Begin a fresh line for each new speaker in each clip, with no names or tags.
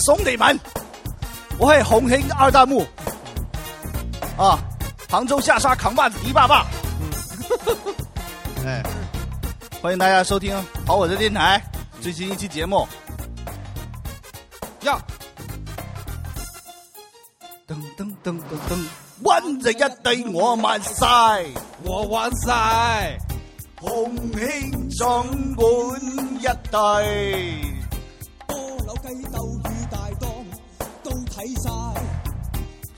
兄弟们，我係洪興二代目，啊，杭州下沙扛把子迪爸爸。 哎，欢迎大家收听好我的电台最新一期节目。呀，噔噔噔噔噔，揾就一地我慢晒，
我玩晒，
洪興掌管一地。
波扭雞斗與大當都睇晒，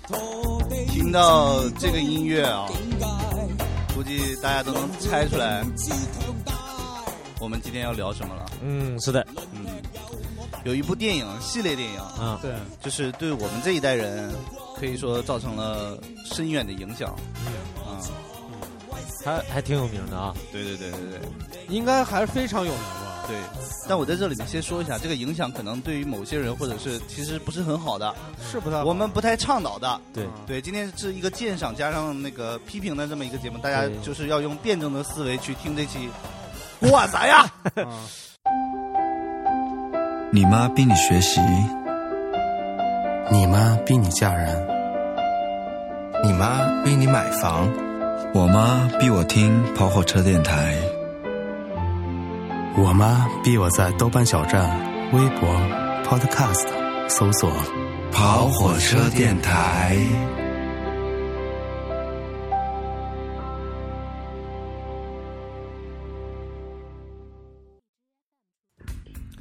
陀地
聽到這個音樂啊
境界
估计大家都能猜出来
之強大，
我们今天要聊什么了。
嗯，是的，
有一部电影系列电影，
啊，对，
就是对我们这一代人可以说造成了深远的影响。啊，
还还挺有名的啊，
对对对对对
应该还是非常有名吧？
对。但我在这里面先说一下，这个影响可能对于某些人或者是其实不是很好的，
是不太
我们不太倡导的。
对
对，今天是一个鉴赏加上那个批评的这么一个节目，大家
对
就是要用辩证的思维去听这期。哇塞呀！
你妈逼你学习，
你妈逼你嫁人，你妈逼你买房，
我妈逼我听跑火车电台，
我妈逼我在豆瓣小站、微博、Podcast 搜索。
跑火车电台。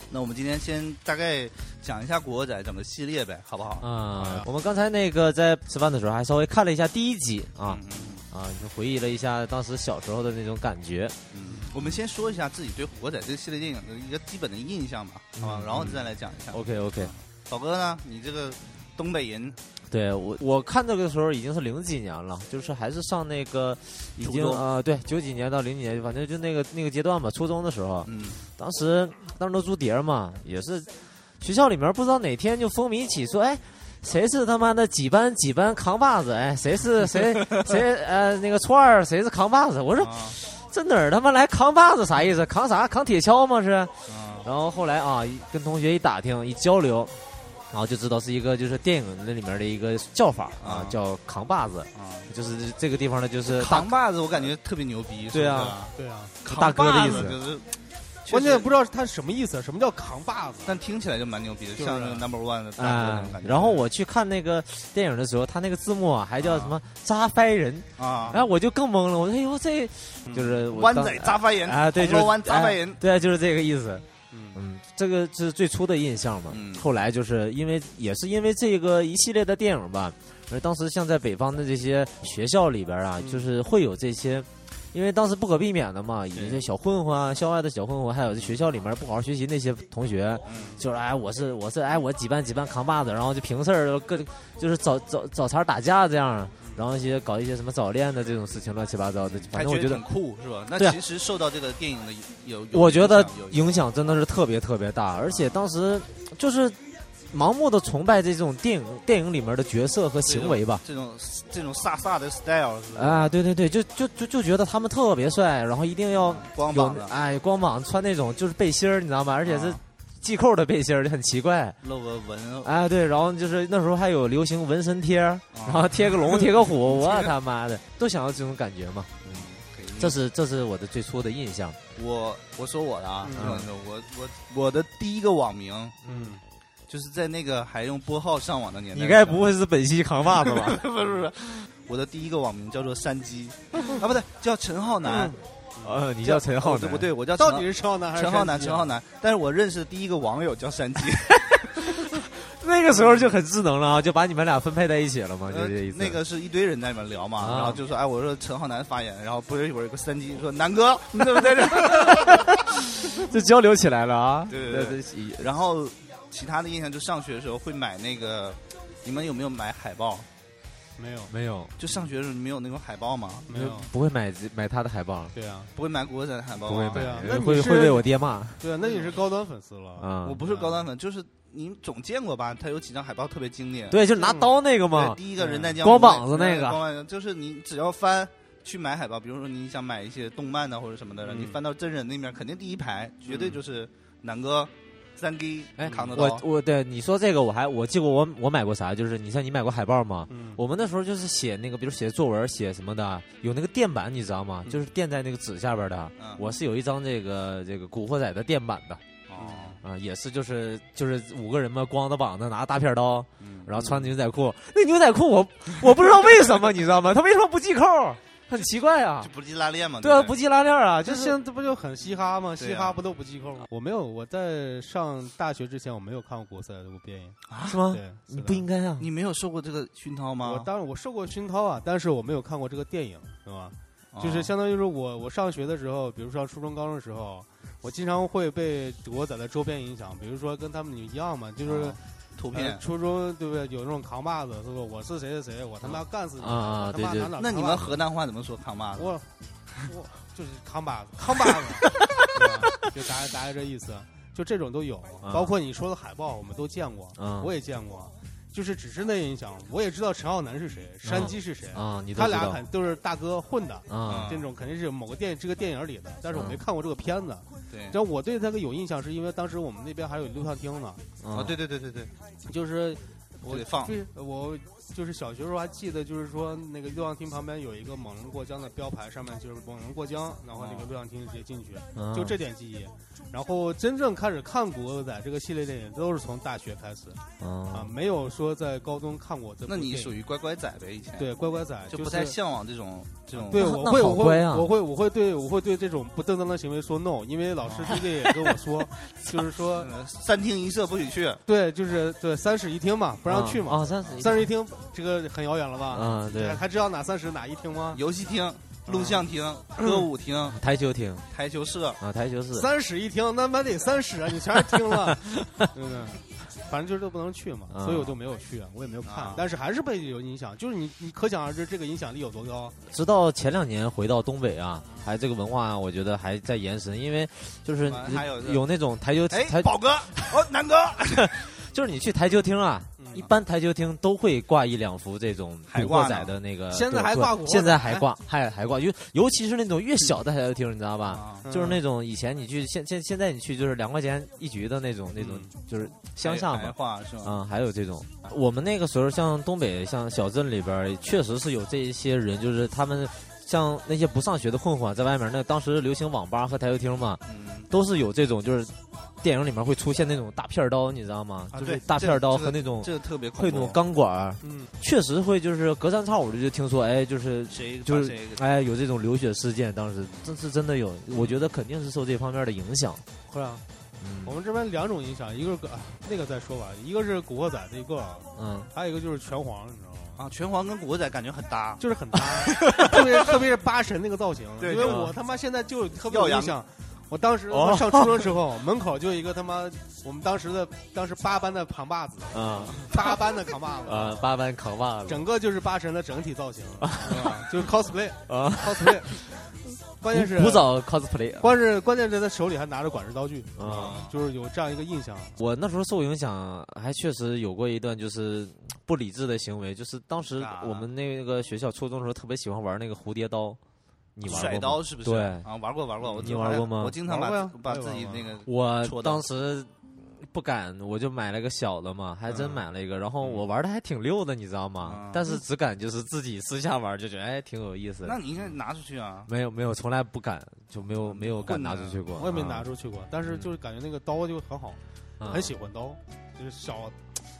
那我们今天先大概讲一下《古惑仔》整个系列呗，好不好？
啊，我们刚才那个在吃饭的时候还稍微看了一下第一集啊
嗯嗯嗯
啊，就回忆了一下当时小时候的那种感觉。
嗯，我们先说一下自己对《古惑仔》这个系列电影的一个基本的印象吧，好
嗯
吧？然后再来讲一下。
OK OK，
宝哥呢？你这个东北人，
对我我看这个的时候已经是零几年了，就是还是上那个已经
初中
啊、对九几年到零几年，反正就那个那个阶段吧，初中的时候，
嗯，
当时当时都租碟儿嘛，也是学校里面不知道哪天就风靡起说，哎，谁是他妈的几班几班扛把子？哎，谁是谁谁呃那个初二谁是扛把子？我说
啊
这哪儿他妈来扛把子啥意思？扛啥？扛铁锹吗？是？
啊，
然后后来啊，一跟同学一打听一交流，然后就知道是一个就是电影那里面的一个叫法啊
啊，
叫扛把子，
啊
就是这个地方呢就是呃大
扛把子我感觉特别牛逼，
对啊
是不是，
对啊，
大哥的意
扛把子就
思。
是，
关键不
是，
知道他什么意思，什么叫扛把子？
但听起来就蛮牛逼的，
就是
像那个 Number One 的大哥那
啊
种感，觉。
然后我去看那个电影的时候，他那个字幕啊，还叫什么“扎飞人”，
啊
然，后我就更懵了。我说：“哎呦，这就是我
湾
当
仔扎发人
啊，对，就
铜
是
锣湾扎发人
哎，对，就是这个意思。
嗯
嗯，这个是最初的印象嘛。
嗯
后来就是因为也是因为这个一系列的电影吧，而当时像在北方的这些学校里边
嗯
啊，就是会有这些。因为当时不可避免的嘛，有一些小混混啊，校外的小混混，还有这学校里面不好好学习那些同学，
嗯
就是哎，我是我是哎，我几班几班扛把子，然后就平事儿，各就是找找找茬打架这样，然后一些搞一些什么早恋的这种事情，乱七八糟的。反
还
正我
觉
觉得
很酷是吧？那
对啊
其实受到这个电影的有，有
我觉得
有影响
影响真的是特别特别大，而且当时就是盲目的崇拜这种电影电影里面的角色和行为吧。
这种这种飒飒的 style 是吧？
啊，对对对，就就就就觉得他们特别帅，然后一定要
光
有
膀子
哎光膀穿那种就是背心儿，你知道吗？而且是
啊
系扣的背心儿，就很奇怪。
露个纹，啊
哎，对，然后就是那时候还有流行纹身贴儿，然后贴 个龙，贴个虎，我他妈的都想要这种感觉嘛。
嗯
这是这是我的最初的印象。
我我说我的
嗯
啊，我说我我我的第一个网名
嗯，
就是在那个还用拨号上网的年代，
你 该不会是本溪扛把子吧？
不是不是，我的第一个网名叫做山 鸡，啊不对，叫陈浩南，
呃，你叫陈浩
对
南，
不对？嗯我叫
到
陈浩
底是陈浩南还是
陈浩南，
山鸡啊
陈浩南，
啊
但是我认识的第一个网友叫山鸡，
那个时候就很智能了啊，就把你们俩分配在一起了嘛，就这意思。
呃那个是一堆人在里面聊嘛，
啊
然后就说哎，我说陈浩南发言，然后不是一会儿有个山鸡说南 哥你怎么在这儿？
就交流起来了啊。
对对对
对，
然后其他的印象就上学的时候会买那个，你们有没有买海报？
没有
没有，
就上学的时候你们有那哦种海报吗？
嗯
没有，
不会买买他的海报，
对啊
不会买古惑仔的海报吗？
不会
对啊那
买，
你
会
是
会被我爹骂
对啊，那你是高端粉丝了。
啊
我。不是高端粉，就是你们总见过吧？他有几张海报特别经典。
对，就是拿刀那个
嗯对，
嘛，
第一个人在江
光膀子那个
光膀子就是你只要翻去买海报，比如说你想买一些动漫的或者什么的，
嗯
你翻到真人那面，肯定第一排绝对就是南哥
三 G
哎
扛得
我
到。
我对你说这个，我还我记过我我买过啥？就是你像你买过海报吗？
嗯，
我们那时候就是写那个，比如写作文、写什么的，有那个垫板，你知道吗？
嗯
就是垫在那个纸下边的。
嗯
我是有一张这个这个《古惑仔》的垫板的
哦，
啊、也是就是就是五个人嘛，光着膀子拿大片刀，
嗯
然后穿牛仔裤。那牛仔裤我我不知道为什么，你知道吗？他为什么不系扣？很奇怪啊
这。不是拉链吗？
对啊，
不
不系拉链啊，就
这
是
现在不就很嘻哈吗？
啊
对
嘻
呀
哈不都不系扣吗？我没有，我在上大学之前我没有看过国赛的部电影。
是吗？
对，
你不应
该。
该啊。
你没有受过这个熏陶吗？
我当然我受过熏陶啊，但是我没有看过这个电影，对吧？
哦
就是相当于说我我上学的时候，比如说上初中、高中的时候，我经常会被国仔的周边影响，比如说跟他们一样嘛，就是、
哦图
呃
片。
初中对不对？有那种扛把子，是不？我是谁谁谁，我他妈要干死你！
啊啊
他妈
对
拿哪儿扛把子？
那你们河南话怎么说扛把子？
我我就是扛把子，扛把子，对吧就大概大概这意思，就这种都有，
啊
包括你说的海报，我们都见过，
啊
我也见过，就是只是那影响，我也知道陈浩南是谁，山鸡是谁，
啊，你都
他
知
俩
道
肯都是大哥混的。
啊
嗯
这种肯定是某个电这个电影里的，但是我没看过这个片子。
对
然，后我对他个有印象，是因为当时我们那边还有录像厅呢，
啊
哦
啊，
对对对对对，
就是我
得放
非我就是小学时候还记得，就是说那个录像厅旁边有一个“猛龙过江”的标牌，上面就是“猛龙过江”，然后那个录像厅直接进去，
嗯
啊
就这点记忆。然后真正开始看《古惑仔》这个系列电影，都是从大学开始啊，
啊
没有说在高中看过这部
那
电影。
你属于乖乖仔呗？以前
对乖乖仔，
就是不太向往这种这种。
对，
那
我
那
会，
好
我会
乖，啊
我会，我会对，我会对这种不正当的行为说 no，因为老师最近也跟 我说，就是说，
呃三厅一舍不许去。
对，就是对三室一厅嘛，不让去嘛。
啊，三十
三室一厅这个很遥远了吧？
啊，对
还，还知道哪三室哪一厅吗？
游戏厅、录像厅、歌舞厅、
台球厅
台球社，
啊，台球室
三室一厅，那妈得三室啊！你全是厅了， 对不对？反正就是都不能去嘛，
啊
所以我就没有去，我也没有看，
嗯
啊
但是还是被有影响。就是你，你可想而知这个影响力有多高。
直到前两年回到东北啊，还这个文化、啊，我觉得还在延伸，因为就是
完还有这
有那种台球
哎，
台，
宝哥，哦，南哥，
就是你去台球厅啊，
嗯
一般台球厅都会挂一两幅这种
海
古
挂
惑
呢
仔的那个，
现在
对
还
对
挂古惑仔哎
现在还挂，还还挂，尤尤其是那种越小的台球厅，你知道吧？
啊
嗯
就是那种以前你去，现现现在你去就是两块钱一局的那种，那种
嗯
就是乡下
哎
白
嘛，
话哎是吧？
啊、还有这种，我们那个时候像东北像小镇里边儿，确实是有这一些人，就是他们像那些不上学的混啊混，在外面那当时流行网吧和台球厅嘛，
嗯，
都是有这种，就是电影里面会出现那种大片儿刀，你知道吗？
啊
就是
对
大
这
片儿刀
这
和那种
这个特别恐
会那种
怖。
钢管儿，
嗯，
确实会就是隔三差五的就听说，哎，就是
谁
就
把
是
谁给
哎有这种流血事件，当时这是真的有，我觉得肯定是受这方面的影响。
会啊。我
嗯
们这边两种影响，一个是个啊那个再说吧，一个是《古惑仔》这个，
嗯，
还有一个就是拳皇，你知道吗？
啊？拳皇跟古惑仔感觉很搭，
就是很搭， 特别特别是八神那个造型，
对
因为
对
我他妈现在就特别有
耀阳
印象。我当时
哦
上初中的时候，门口就一个他妈我们当时的当时八班的扛把子，
啊
八班的扛把 子，
啊，八班扛把子
整个就是八神的整体造型，对吧就是 cosplay
啊，
cosplay。关键是
古，早 cosplay
关键是关键是他手里还拿着管制刀具，
啊。
就是有这样一个印象。
我那时候受影响，还确实有过一段就是嗯不理智的行为，就是当时
啊
我们那个学校初中的时候特别喜欢玩那个蝴蝶刀，你玩过吗
甩刀是不是？
对
啊，玩过玩过，我
你
经
玩过吗
我经常把
玩过呀
把
我也
自己
玩过
那个
我
戳
当
刀
时不敢，我就买了个小的嘛，还真买了一个，然后我玩的还挺溜的，你知道吗？
嗯
但是只敢就是自己私下玩，就觉得哎挺有意思。
那嗯你应该拿出去啊！
没有没有，从来不敢，就没有没有敢
混
拿
的
出去过。
我也没拿
啊，
出去过，但是就是感觉那个刀就很好，
啊
很喜欢刀，就是小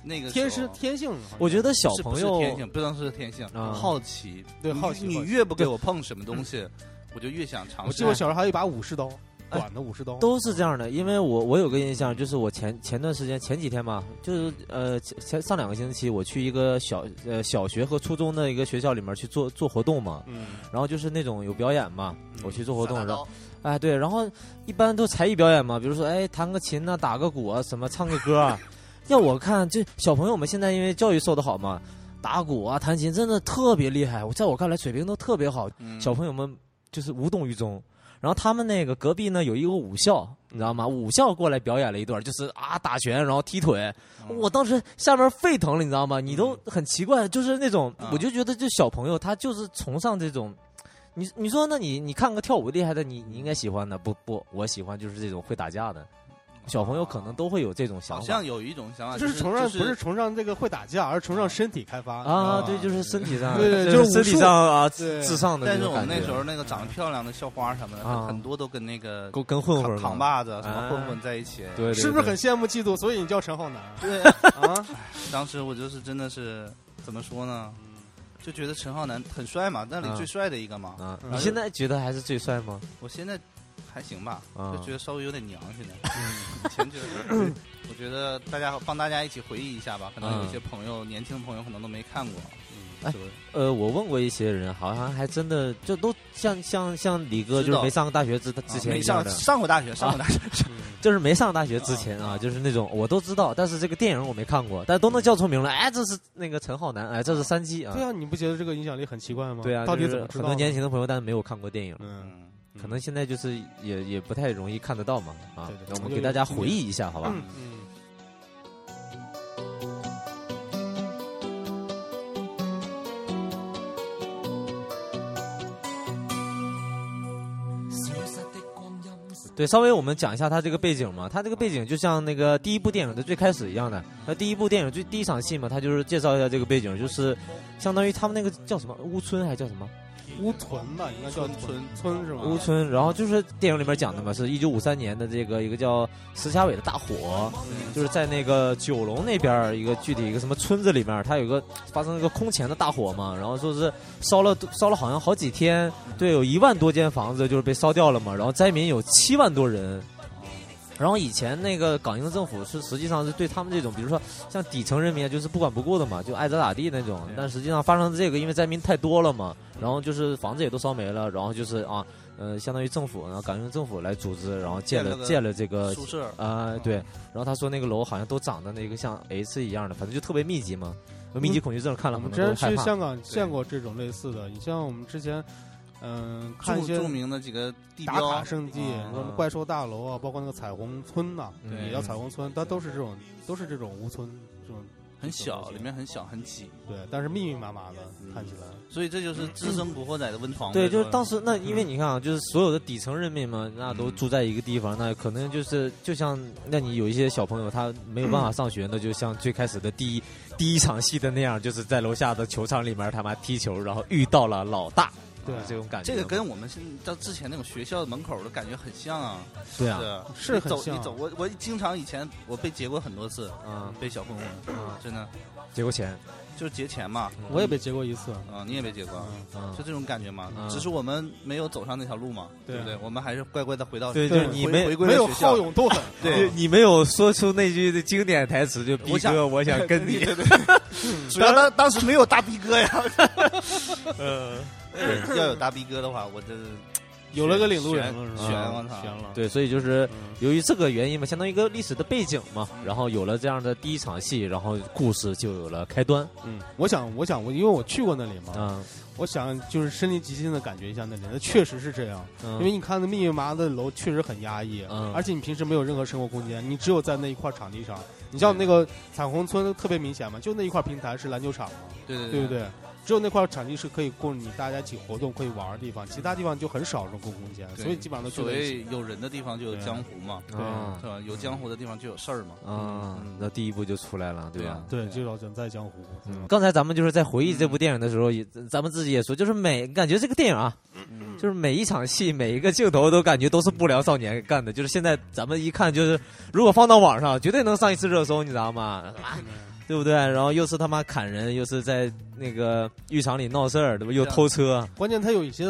那个时
天
候
师天性好像。
我觉得小
是不
朋
是
友
天性，不能说是天性，
啊
好奇。
对
你
好奇
你
好奇
越不给我碰什么东西，我就越想尝
我
试
记得。我小时候还有一把武士刀，
啊哎
短的武士刀。
都是这样的，因为我我有个印象，就是我前前段时间前几天吧，就是呃前前上两个星期，我去一个小呃小学和初中的一个学校里面去做做活动嘛，
嗯，
然后就是那种有表演嘛，我去做活动，
撒大刀
然后哎对，然后一般都才艺表演嘛，比如说哎弹个琴呐、打个鼓啊，什么唱个歌啊。要我看，这小朋友们现在因为教育受得好嘛，打鼓啊、弹琴真的特别厉害，我在我看来水平都特别好，
嗯
小朋友们就是无动于衷。然后他们那个隔壁呢有一个武校，你知道吗？武校过来表演了一段，就是啊打拳，然后踢腿。
嗯
嗯
我当时下面沸腾了，你知道吗？你都很奇怪，就是那种
啊，
我就觉得这小朋友他就是崇尚这种。你你说，那你你看个跳舞厉害的，你你应该喜欢的，不不，我喜欢就是这种会打架的，小朋友可能都会有这种想
好
法
像有一种想法，
就是崇尚
就
不是崇尚这个会打架，而是崇尚身体开发
啊，
你知道
对，
吗
就是身体上，
对对
就
就是
身体
武术
上啊，
对
至上的
但
那
是
种
我
感
们那
觉
时候那个长得漂亮的校花什么的，
啊
很多都跟那个
跟跟混混
扛
嘛
扛把子什么
啊
混混在一起。
对，对
是不是
对
很羡慕嫉妒？所以你叫陈浩南
对，
啊？
当时我就是真的是怎么说呢，就觉得陈浩南很帅嘛，那里
啊
最帅的一个嘛。
啊？
嗯
你现在觉得还是最帅吗？
我现在还行吧，
啊嗯
就觉得稍微有点娘，现在。以 前觉得，我觉得大家帮大家一起回忆一下吧，可能有一些朋友，年轻的朋友可能都没看过。啊
哎
是不是
呃，我问过一些人，好像还真的就都像像像李哥，
知
就
道
是没上大学之之
啊
前
没
一样
上
的，
上过大学，上过大学，
就是没上大学之前
啊
啊，
啊
就是那种我都知道，但是这个电影我没看过，但都能叫出名来。哎，这是那个陈浩南，哎，这是三七啊
对，啊，你不觉得这个影响力很奇怪吗？
对啊，
到底
就是
怎么知
很
道
多
的？
年轻的朋友，但是没有看过电影，
嗯，
嗯，
可能现在就是也也不太容易看得到嘛啊
对对。
那我
有
们给
有
大家
经
回
验
忆一下，好吧？
嗯嗯，
对，稍微我们讲一下他这个背景嘛，他这个背景就像那个第一部电影的最开始一样的。那第一部电影最第一场戏嘛，他就是介绍一下这个背景，就是相当于他们那个叫什么乌村还叫什么
乌屯吧，应该叫村村是吧？
乌村，然后就是电影里面讲的嘛，是一九五三年的这个一个叫石家伟的大火，就是在那个九龙那边儿一个具体一个什么村子里面，它有一个发生了一个空前的大火嘛，然后说是烧了烧了好像好几天，对，有一万多间房子就是被烧掉了嘛，然后灾民有七万多人。然后以前那个港英政府是实际上是对他们这种，比如说像底层人民啊，就是不管不顾的嘛，就爱咋咋地那种。但实际上发生这个，因为灾民太多了嘛，然后就是房子也都烧没了，然后就是啊，呃，相当于政府，然后港英政府来组织，然后建
建了
了
个
建了这个
宿舍
啊、对。然后他说那个楼好像都长得那个像 H 一样的，反正就特别密集嘛，密集恐惧症看了
我
可
们
能
之
都
前
害
去
怕。
香港见过这种类似的，你像我们之前，嗯，看一
著
些
著名的几个地
打
标
卡圣地，
嗯
啊
什么怪兽大楼啊，包括那个彩虹村呐，
嗯
也叫彩虹村，它都是这种，都是这种乌村这种，
很小，里面很小很挤，
对，但是密密麻麻的，看起来，
所以这就是资深古惑仔的温床。
对，就是当
时
时那，因为你看啊，就是所有的底层人民嘛，那都住在一个地方，那可能就是就像，那你有一些小朋友他没有办
嗯
法上学，那就像最开始的第一第一场戏的那样，就是在楼下的球场里面他妈踢球，然后遇到了老大，
对
这种感觉
这
嘛。
个跟我们现到之前那种学校门口的感觉很像啊，
对啊，
是
是
你
很
走
像
你走，我我经常以前我被劫过很多次，
啊，
被小混混，真的
结过钱，
就是劫钱嘛，
我也被劫过一次，
啊，你也被劫过，
嗯
就这种感觉嘛
嗯，
只是我们没有走上那条路嘛，
对
啊对不对？啊我们还是乖乖的回到
对
对
就是你
回
没
回归
没有
了学校
好，勇斗狠，
对
你你没有说出那句经典台词，就逼
我想
哥，我想 跟你。
主要当当时没有大逼哥呀，
嗯
呃，要有大逼哥的话，我这
有了个领路人
悬
了，
悬我操
悬了，
对，所以就是
嗯
由于这个原因嘛，相当于一个历史的背景嘛，然后有了这样的第一场戏，然后故事就有了开端。
嗯，我想，我想，我因为我去过那里嘛，
啊，
我想就是身临其境的感觉一下那里，那确实是这样。
因
因为你看那密密麻麻的楼确实很压抑，
嗯
而且你平时没有任何生活空间，你只有在那一块场地上。你像那个彩虹村特别明显嘛，就那一块平台是篮球场嘛，
对对
对不对？只有那块场地是可以供你大家一起活动、可以玩的地方，其他地方就很少这种公共空间，
对
所以基本上都
所
聚在一起。
谓有人的地方就有江湖嘛，
啊
是吧？有江湖的地方就有事儿嘛。
啊，那第一部就出来了，对吧？
嗯对，就老人在江湖。
嗯刚才咱们就是在回忆这部电影的时候，也
嗯
咱们自己也说，就是每感觉这个电影啊，就是每一场戏、每一个镜头都感觉都是不良少年干的。就是现在咱们一看，就是如果放到网上，绝对能上一次热搜，你知道吗？
嗯
啊对不对？然后又是他妈砍人，又是在那个浴场里闹事儿，对吧？又
啊
偷车，
关键它有一些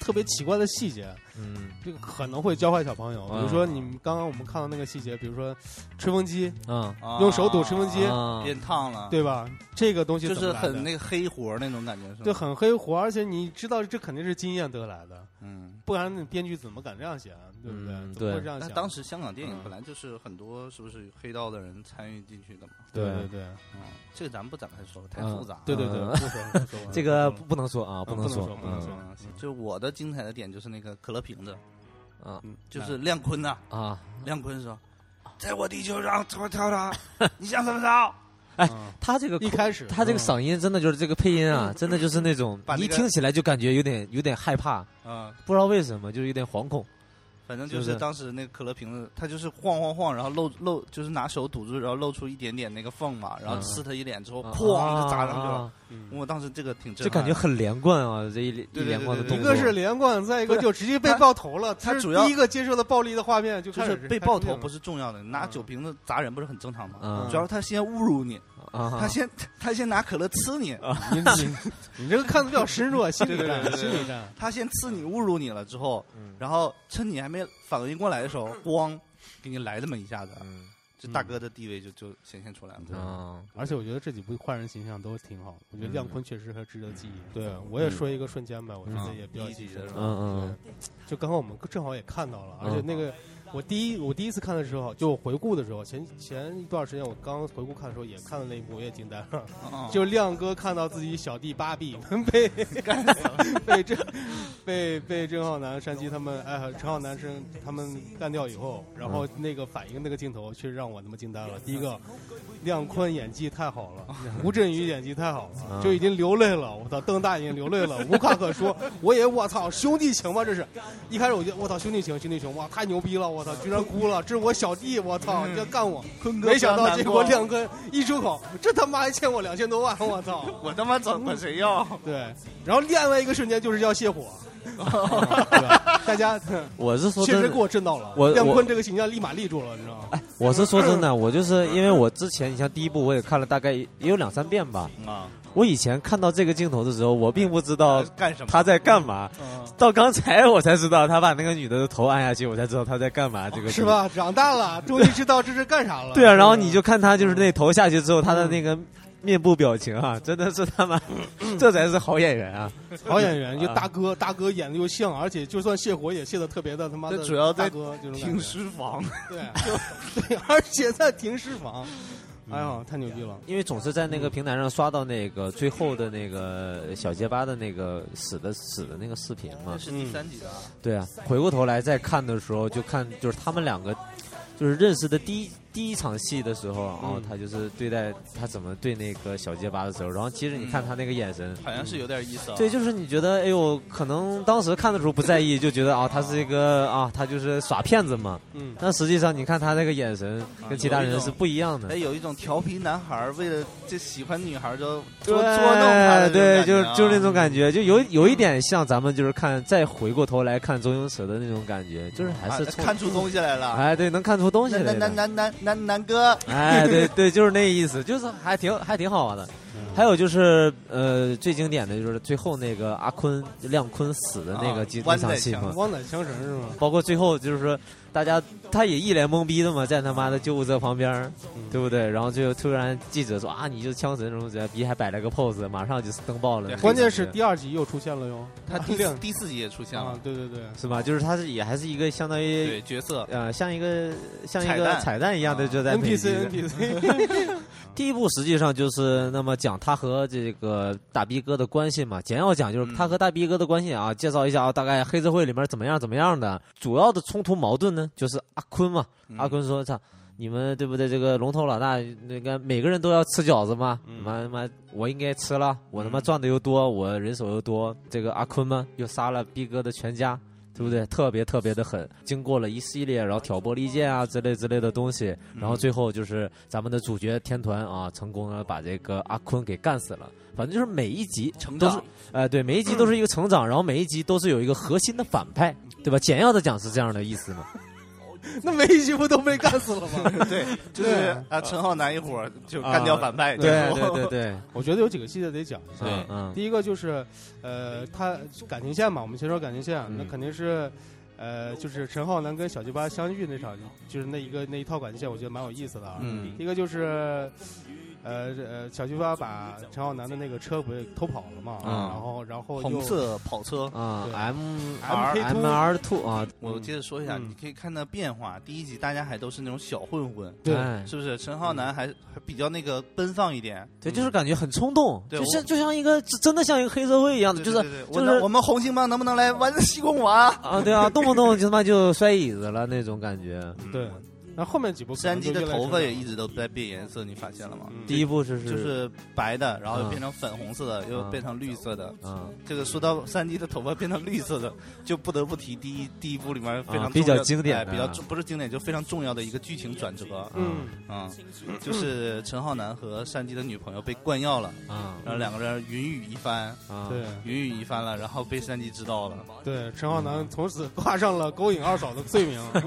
特别奇怪的细节，
嗯
这个可能会教坏小朋友。比如说你们刚刚我们看到那个细节，比如说吹风机
嗯
啊
用手堵吹风机
啊
变烫了，，
对吧？这个东西
就
怎么
是
来的
很那个黑活儿那种感觉，是吧？
对，很黑活，而且你知道这肯定是经验得来的，
嗯。
不然那编剧怎么敢这样写啊？对不对？
嗯
怎么
对
会这样
那
想？
当时香港电影
嗯
本来就是很多是不是黑道的人参与进去的嘛？
对
对
对对
嗯，这个咱们不展开说，太
嗯
复杂了。
对对对，
嗯
不说了不说了
这个不不能说啊，
不
能
能
说
说，不能说
嗯，就我的精彩的点就是那个可乐瓶子，
嗯哦啊
嗯
就是亮坤呐、
啊！
亮坤说，在我地球上怎么跳的，你想怎么着？
他这个
嗯一开始
他这个
嗯
嗓音真的就是这个配音啊，真的就是那种
嗯 把那
你
个
一听起来就感觉有点有点害怕，
啊、
不知道为什么，就是有点惶恐。
反正就
嗯就是
是当时那个可乐瓶子，它就是晃晃晃，然后露露，就是拿手堵住，然后露出一点点那个缝嘛，然后
嗯
呲他一脸之后，
啊
哐就砸上去了。
啊
嗯，
我当时这个挺震
这
撼
感
的，
觉很连贯啊，这一连一
对对
连贯的
对
动
一
作。
个是连贯，再一
不
个
是
就直接被
他
爆头了。
他
这是
主要
第一个接受的暴力的画面就
就
开
是
始
被爆头不
是
是重要的，拿
嗯
酒瓶子砸人不是很正常吗？
啊
主要是他先侮辱你，
啊，
他先 他先拿可乐呲你，
你 你你这个看的比较深入，啊，心理战，心理战。
他先呲你侮辱你了之后
嗯，
然后趁你还没反应过来的时候，咣给你来这么一下子，
嗯
这大哥的地位就就显现出来了。
啊
而且我觉得这几部坏人形象都挺好，我觉得
嗯
亮坤确实还值得记忆。对，我
嗯
也说一个瞬间吧，我觉得
嗯
也比较
第一
记
集
得
的时
候嗯
就刚刚我们正好也看到了，而且
嗯
那个我第一我第一次看的时候，就我回顾的时候，前前一段时间我刚回顾看的时候也看了那一幕，我也惊呆了。
嗯
就亮哥看到自己小弟芭 比被干死了， 被郑被被郑浩南、山鸡他们哎陈浩南生他们干掉以后，然后那个反应那个镜头，确实让我他妈惊呆了。第一个，亮坤演技太好了， 吴镇宇演技太好了，就已经流泪了。我操，瞪大眼流泪了，无话可说。我也我操，兄弟情吧，这是一开始我就我操兄弟情兄弟情，哇太牛逼了，我操居然哭了，这是我小弟，我操你要干我。
坤
没想到结果
亮，
亮哥一出口，这他妈还欠我两千多万，我操！
我他妈怎么谁要？
对，然后另外一个瞬间就是要泄 火，对吧 大家
我是说
确
真
实
的
给，我震到了。
我
亮
我
坤这个形象立马立住了，你知道吗？
我是 说真的，我就是因为我之前，你像第一部我也看了大概也有两三遍吧。
啊，
我以前看到这个镜头的时候，我并不知道
干什么？嗯
他在干嘛，到刚才我才知道他把那个女的的头按下去，我才知道他在干嘛。这个
哦是？吧？长大了，终于知道这是干啥了。
对啊，然后
嗯
你就看他就是那头下去之后，他的那个面部表情啊，真的是他妈，
嗯
这才是好演员啊！
好演啊员，就大哥，大哥演的又像，而且就算泄火也泄的特别的他妈的。
这主要在
大哥这种感
停
觉
尸房，
对就对，而且在停尸房，哎呀，太牛逼了。
因为总是在那个
嗯
平台上刷到那个最后的那个小结巴的那个死的死的那个视频嘛
这，是第三集的啊，
对啊，回过头来再看的时候，就看就是他们两个，就是认识的第一第一场戏的时候，然后
嗯
他就是对待他怎么对那个小结巴的时候，然后其实你看他那个眼神，
好像是有点意思啊。
对，就是你觉得哎呦，可能当时看的时候不在意，就觉得啊他是一个啊他就是耍骗子嘛，
嗯，
但实际上你看他那个眼
啊
神跟其他人是不一样的
哎，。有一种调皮男孩儿为了这喜欢女孩儿就
对
捉捉弄她的
对，
这种感
就是
觉啊
就是那种感觉，就有有一点像咱们就是看再回过头来看周星驰的那种感觉，就是还是
啊
从
看出东西来了。
哎对能看出东西
男
来
男男。
的
男男男男哥，
哎，对对，就是那意思，就是还挺还挺好玩的。
嗯
还有就是呃，最经典的就是最后那个阿坤亮坤死的那个
啊
几那
弯
场
在
戏
墙
嘛，
旺仔枪神嗯是吗？
包括最后就是说大家他也一脸懵逼的嘛，在他妈的救护车旁边儿，
嗯
对不对？然后就突然记者说啊，你就枪神什么之类，逼还摆了个 pose，马上就登报了
对。
关键是第二集又出现了哟，
他第四
亮
第四集也出现
啊
了，，
对对对，
是吧？就是他是也还是一个相当于
对角色
呃，像一个像一
彩
个
蛋
彩蛋一样的
啊
就在每
NPC
集
NPC，
第一部实际上就是那么讲他和这个大逼哥的关系嘛，简要讲就是他和大逼哥的关系啊，介绍一下啊，大概黑社会里面怎么样怎么样的，主要的冲突矛盾呢就是阿坤嘛，
嗯
阿坤说操。你们对不对？这个龙头老大，那个每个人都要吃饺子吗？
嗯
妈妈，我应该吃了，我他妈赚的又多，我人手又多。这个阿坤嘛，又杀了逼哥的全家，对
嗯
不对？特别特别的狠。经过了一系列，然后挑拨离间啊之类之类的东西，
嗯
然后最后就是咱们的主角天团啊，成功的把这个阿坤给干死了。反正就是每一集
成
都是
长，
呃，对，每一集都是一个成长，然后每一集都是有一个核心的反派，对吧？简要的讲是这样的意思嘛。
那每一集不都被干死了吗？
对，就是啊，陈浩南一伙儿就
啊
干掉反派，
对
就是
对对对，
我觉得有几个细节得讲一下。
对
嗯
第一个就是，呃，他感情线嘛，我们先说感情线，
嗯
那肯定是，呃，就是陈浩南跟小鸡巴相遇那场，就是那一个那一套感情线，我觉得蛮有意思的啊。
嗯
第一个就是，呃这呃，小鸡巴把陈浩南的那个车不是偷跑了嘛，
嗯
然后然后
红
又
色跑车，
啊
对
，M R
MK2
M R two 啊，
我接着说一下，
嗯
你可以看到变化。第一集大家还都是那种小混混，
对
哎
是不是？陈浩南还
嗯
还比较那个奔放一点，
对，就是感觉很冲动，
对
就
我
像就像一个真的像一个黑社会一样的，
对
就
对
是
对对我
就
能
是
我们红星帮能不能来玩西贡娃？
啊
嗯
啊，对啊，动不动就他妈就摔椅子了那种感觉。
对。那后面几部可
山
能
鸡
就
的
越来越
头发也
成
一直都在变颜色，你发现了吗？
长了
第一部是
就是白的，然后又
嗯
变成粉红色的，又
嗯
变成绿色的。
嗯
这个说到山鸡的头发变成绿色的，就不得不提第一第一部里面非常
啊比较
重要
经典
哎
的
比较
啊
重不是经典，就非常重要的一个剧情转折。
嗯，
嗯，就是陈浩南和山鸡的女朋友被灌药了，
啊
然后两个人云雨一番，
啊
对
云雨一番了，然后被山鸡知道了。
对，陈浩南从此挂上了勾引二嫂的罪名。嗯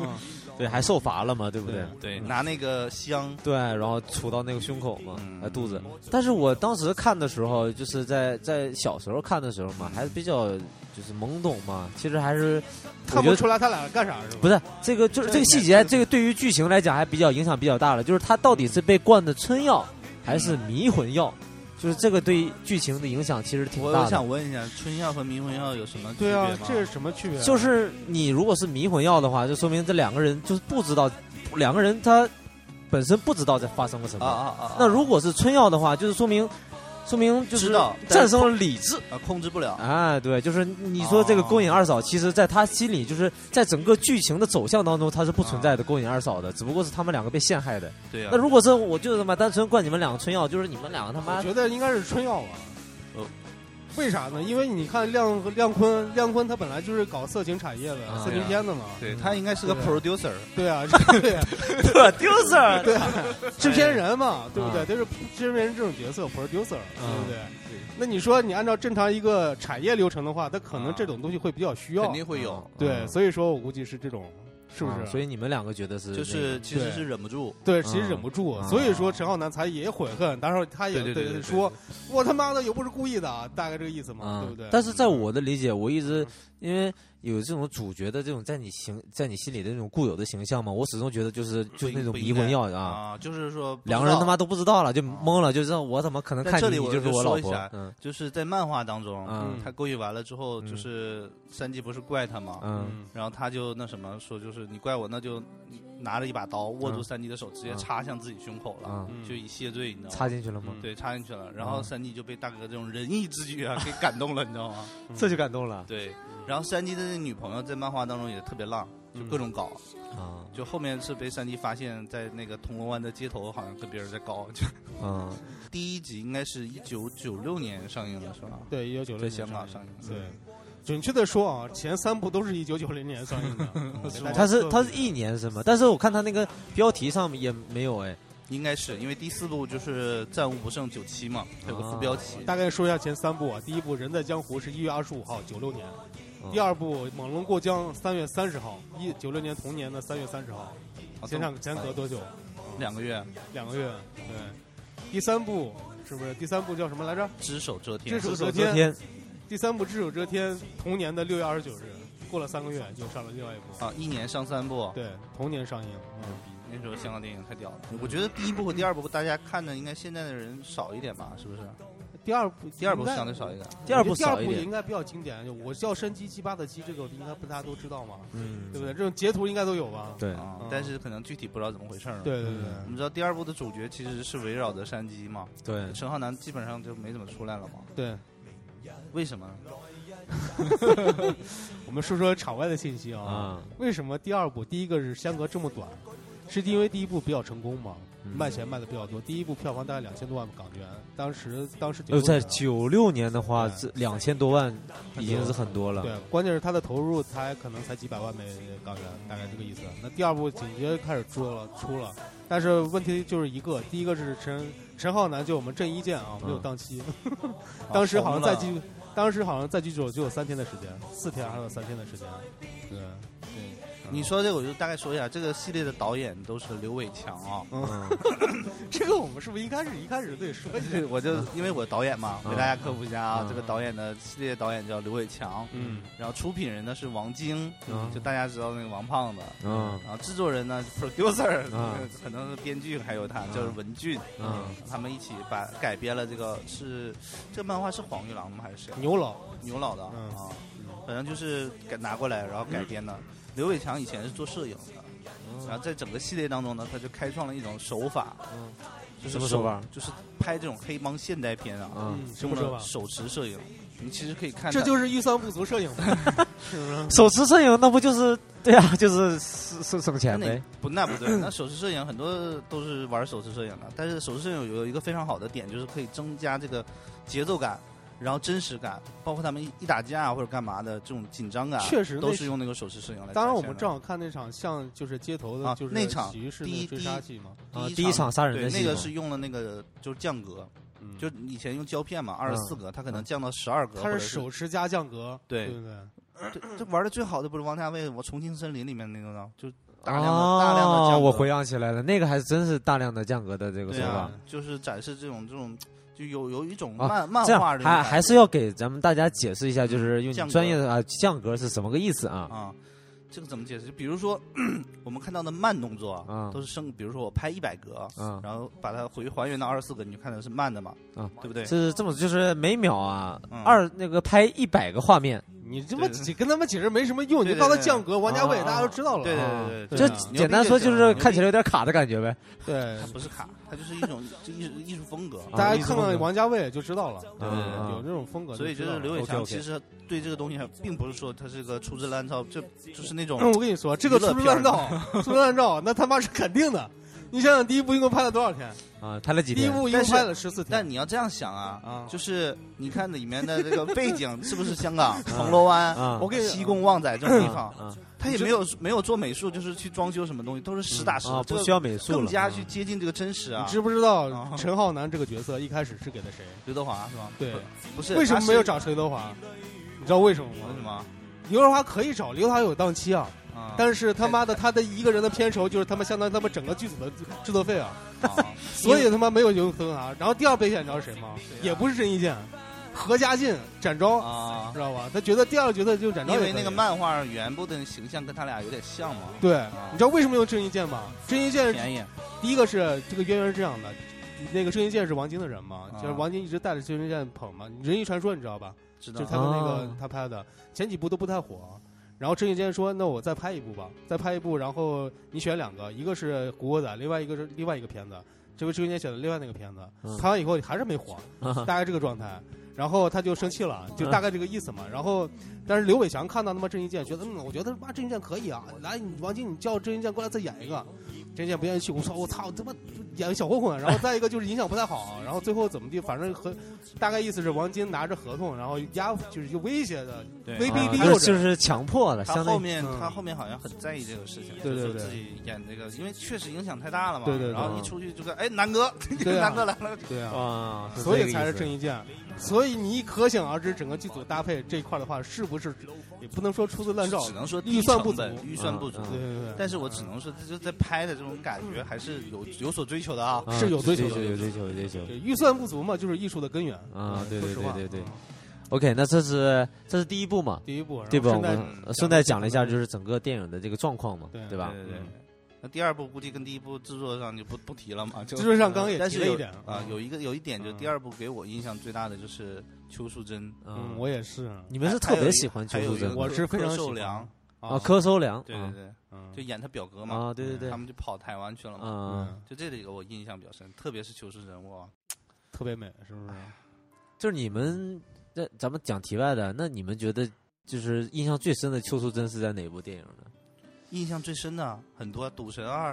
对，还受罚了嘛，对不对？
对，拿那个香，
对，然后杵到那个胸口嘛，
嗯
呃，肚子。但是我当时看的时候，就是在在小时候看的时候嘛，还是比较就是懵懂嘛。其实还是我
看
觉
不
得
出来他俩干啥是吧？
不是这个，就是
这
这个
也
细
是
节，这个对于剧情来讲还比较影响比较大了。就是他到底是被灌的春药还
嗯
是迷魂药，就是这个对剧情的影响其实挺
我
大
我
的。
想问一下，春药和迷魂药有什么区别
对啊
吗？，
这是什么区别啊？
就是你如果是迷魂药的话，就说明这两个人就是不知道，两个人他本身不知道在发生了什么。
啊啊啊啊！
那如果是春药的话，就是说明，说明就是
知道
战胜了理智。
啊控制不了，
哎，对，就是你说
哦
这个勾引二嫂，其实在她心里，就是在整个剧情的走向当中，她是不存在的勾引二嫂的，只不过是他们两个被陷害的。
对啊
那。如果是我就是他妈单纯灌你们两个春药，就是你们两个他
我
妈
觉得应该是春药吧。
哦
为啥呢？因为你看亮亮坤，亮坤他本来就是搞色情产业的，
啊
色情片的嘛。
对他应该是个
对
producer，
对啊， 对啊，
producer
对啊，制片人嘛，对不对？
啊
他是制片人这种角色，producer，对不对？那你说你按照正常一个产业流程的话，他可能这种东西会比较需
啊肯
要。
定会
啊
有。
对，所以说我估计是这种，是不是？
嗯所以你们两个觉得是
就是其实是忍不住，
对，其实忍不住，
嗯
所以说陈浩南才也悔恨，当时他也
对对对对对嗯
说：“我他妈的又不是故意的，大概这个意思嘛，
啊、
对不对？”
但是在我的理解，我一直因为有这种主角的这种在你形在你心里的那种固有的形象嘛，我始终觉得就是就是那种
不应
迷魂
该
药啊。
啊，就是说不知道啊
两个人他妈都不知道了，就懵了，就知道我怎么可能
在
看
这
你
里
你
我
就是
就
我
说
老
一
婆
下？
嗯
就是在漫画当中，
嗯
他勾引完了之后，
嗯
就是山鸡不是怪他吗？
嗯，
然后他就那什么说，就是你怪我，那就拿着一把刀握住山鸡的手，直接插向自己胸口了，
嗯
就以谢罪，你知道吗？
插进去了吗？
对，插进去了。然后
嗯
山鸡就被大哥这种仁义之举啊给感动了，你知道吗？
嗯
这就感动了
对。
嗯
然后山鸡的女朋友在漫画当中也特别浪，
嗯
就各种搞。
啊
就后面是被山鸡发现，在那个铜锣湾的街头，好像跟别人在搞。就
啊！
第一集应该是一九九六年上映的，是吧？
对，一九九
在
零
香港上映的。
对，准确的说啊，前三部都是一九九零年上映 的。给大家
他是
科普
他是一年是吗？但是我看他那个标题上面也没有哎，
应该是因为第四部就是战无不胜九七嘛，它有个副标题。
啊大概说一下前三部啊，第一部《人在江湖》是一月二十五号，九六年；
嗯
第二部《猛龙过江》三月三十号，一九六年同年的三月三十号，
啊
前上前
都
隔多久？
两个月，
两个月。对，第三部是不是？第三部叫什么来着？
只手遮天
只。手
昨
遮天。
天
第三部《只手遮天》同年的六月二十九日，过了三个月又上了另外一部，
啊，一年上三部，
对，同年上映。
嗯
那时候香港电影太屌了。我觉得第一部和第二部大家看的应该现在的人少一点吧，是不是？
第二部，
第二部
应该
相对少一点。
第二
我
部
觉得
少
第
一
二部
点
应，该比较经典。就我叫山鸡鸡巴的鸡，这个应该不大家都知道嘛，
嗯，
对不对？这种截图应该都有吧？
对
啊
嗯，
但是可能具体不知道怎么回事儿了。，
对对对，
嗯
我们知道第二部的主角其实是围绕着山鸡嘛，
对，
陈浩南基本上就没怎么出来了嘛。
对，
为什么？
嗯我们说说场外的信息啊。
啊，
为什么第二部第一个是相隔这么短？是因为第一部比较成功嘛，
嗯
卖钱卖的比较多。第一部票房大概两千多万港元，当时当时
呃，在
九。啊
九六年的话，
对
这两千多万已经是很多
啊
了，
对，关键是他的投入才可能才几百万美港元，大概这个意思。那第二部紧接着开始出了出了，但是问题就是一个，第一个是陈陈浩南，就我们郑伊健啊，没有档期， 当时好像在
嗯红
剧，当时好像在剧组只有三天的时间，四天还有三天的时间。对，
了你说这个，我就大概说一下，这个系列的导演都是刘伟强啊。
嗯
这个我们是不是一开始一开始得说一下？
我就因为我导演嘛，
嗯
给大家科普一下啊
嗯，
这个导演的系列导演叫刘伟强，
嗯，
然后出品人呢是王晶
嗯，
就大家知道那个王胖子，
嗯
然后制作人呢 producer，
嗯
可能是编剧还有他叫文俊，
嗯
他们一起把改编了这个是这个漫画是黄玉郎吗还是谁
牛老，
牛老的
嗯
啊？反正就是给拿过来然后改编的。刘伟强以前是做摄影的，
嗯
然后在整个系列当中呢，他就开创了一种手法，
嗯
就是
什么手法
就是拍这种黑帮现代片啊，
啊
嗯什么时候吧？
手持摄影，你其实可以看到，
这就是预算不足摄影 嘛，是不是？
手持摄影那不就是对啊，就是省省省钱
那
呗。
不那不对，那手持摄影很多都是玩手持摄影的，但是手持摄影有一个非常好的点，就是可以增加这个节奏感，然后真实感，包括他们一一打架啊或者干嘛的这种紧张感，啊
确实那
都是用那个手持摄影来展现的。
当然，我们正好看那场像就是街头的，
啊
就是
那场
洗浴室
第一
追杀戏嘛，
啊，
第
第一场杀人
对
的
那
戏
个
嘛
是用了那个就是降格，
嗯
就以前用胶片嘛，二十四格，嗯它可能降到十二格，
他
或者
是
是
手持加降格，
对
对不对？
对这玩的最好的不是王家卫《我重庆森林》里面那个呢，就大量的、
啊，
大量的降格
我回想起来了，那个还真是大量的降格的这个
对
手
啊
法。，
就是展示这种这种就有有一种
啊
漫、漫
这样
画的
还
那种
还是要给咱们大家解释一下，就是用
降格
专业的啊降格是什么个意思啊？
啊。这个怎么解释？就比如说， 我们看到的慢动作
啊
都是升，比如说我拍一百格，
啊
然后把它回还原到二十四格，你就看的是慢的嘛，
啊
对不对？
是这么，就是每秒啊
嗯
二那个拍一百个画面，
你他妈
对
解跟他们解释没什么用，你
对
就
对
告诉他
对
降格，王家卫
啊
大家都知道了，
对
啊
对对
就
对，
啊
简单说就是看起来
来
有点卡的感觉呗。
对
它。不是卡，它就是一种就艺术艺术风格。
啊
大
一
家
直
看
都没
看
有
王家卫就知道了，
对
对
对
有这种风格知道
所
了，
以就是刘伟强
OK，OK
其实对这个东西还并不是说他是个粗制滥造，就就是那种
嗯，我跟你说，这个
娱乐
粗制
片儿
滥造，粗制滥造，那他妈是肯定的。你想想，第一部一共拍了多少天？
啊，拍了几
第一
天？
部一共
但是
拍了十四天。
但你要这样想啊
啊，
就是你看里面的这个背景是不是香港
嗯
铜锣湾、
啊
我跟你
西贡、旺仔这种地
嗯
方，
啊
他也没有没有做美术，就是去装修什么东西，都是实打实
嗯
啊，，
这
不
个
需要美术了，
更加
啊
去接近这个真实
你
啊。
知不知
啊
道陈浩南这个角色一开始是给的谁？
刘德华是吧？
对，
不是
为什么没有？
他
找陈德华？你知道为什么
是为什
吗？
么？
刘德华可以找，刘德华有档期啊，
啊
但是他妈的他的一个人的片酬就是他妈相当于他们整个剧组的制作费啊，
啊
所以他妈没有刘德华。然后第二备选你知道是谁吗？也不是郑伊健，何家劲、展昭，
啊
知，道吧？他觉得第二个角色就是展昭
因
也可以，啊
为那个漫画原部的形象跟他俩有点像嘛，
对
啊，
你知道为什么用郑伊健吗？郑伊健
便宜。
第一个是这个渊源是这样的，那个郑伊健是王晶的人嘛，
啊
就是王晶一直带着郑伊健捧嘛，《人鱼传说》你知道吧？
知
就
道
是他们那个
啊
他拍的前几部都不太火，然后郑伊健说：“那我再拍一部吧，再拍一部，然后你选两个，一个是《古惑仔》，另外一个是另外一个片子。”这个郑伊健选了另外那个片子
嗯，
拍完以后还是没火，
啊
大概这个状态。然后他就生气了，
嗯
就大概这个意思嘛。然后，但是刘伟强看到他妈郑伊健，觉得嗯，我觉得妈郑伊健可以啊，来，你王晶，你叫郑伊健过来再演一个。郑伊健不愿意去，我操，我操，他妈演个小混混。然后再一个就是影响不太好，然后最后怎么地，反正和大概意思是王晶拿着合同，然后压就是就威胁的，
对
威逼
啊
利
就
诱
是就
着。
是强迫的，
他
相
后
当于
面
嗯
他后面好像很在意这个事情，
对对
就是自己演这个，因为确实影响太大了嘛。
对对对
然后一出去就跟哎南哥，
对啊
南哥来 了，
对啊，
啊，这
所
个
以
意
才是
思
郑伊健。所以你可想而知，整个剧组搭配这一块的话，是不是也不能说出自滥造
只，能说
预算不
低
足
成。本预算不足
嗯。
对对对，
但是我只能说，他就在拍的这种感觉还是有有所追求的啊。
啊
是有追求的
有追求，有追求。
对预算不足嘛，就是艺术的根源
啊对对
说实话
对对对 OK，那这是这是第一部嘛，
第一步，然后
对吧？我
顺带
们呃顺带讲了一下，就是整个电影的这个状况嘛，
对
对吧？
对对对。那第二部估计跟第一部制作上就不不提了嘛，就
制作上刚刚也
但
提
是
了
有
一点
啊，有一个有一点就是
嗯
第二部给我印象最大的就是邱淑贞，
嗯，
嗯，
我也是
你们是
还
特
有
别
一
喜欢邱
还有
淑
一
贞
个
的
我是非常
柯
喜
受
欢
良，
啊，柯受良，
对对对，
嗯
就演他表哥
啊
嘛，
啊，对对对
他，们就跑台湾去了嘛。
嗯，
就这里个我印象比较深，特别是求生人物啊，
特别美，是不是？
就是你们那咱们讲题外的，那你们觉得就是印象最深的邱淑贞是在哪部电影呢？
印象最深的很多《赌神二》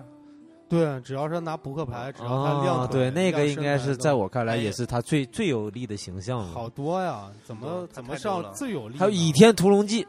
对，只要是拿扑克牌，只要他
啊
亮，
对，
腿，
那个应该是在
我
我看来
哎
也是她最最有力的形象了。
好多呀，怎
多
么
他
怎么
太多
上
了
最有力呢？
还有《倚天屠龙记》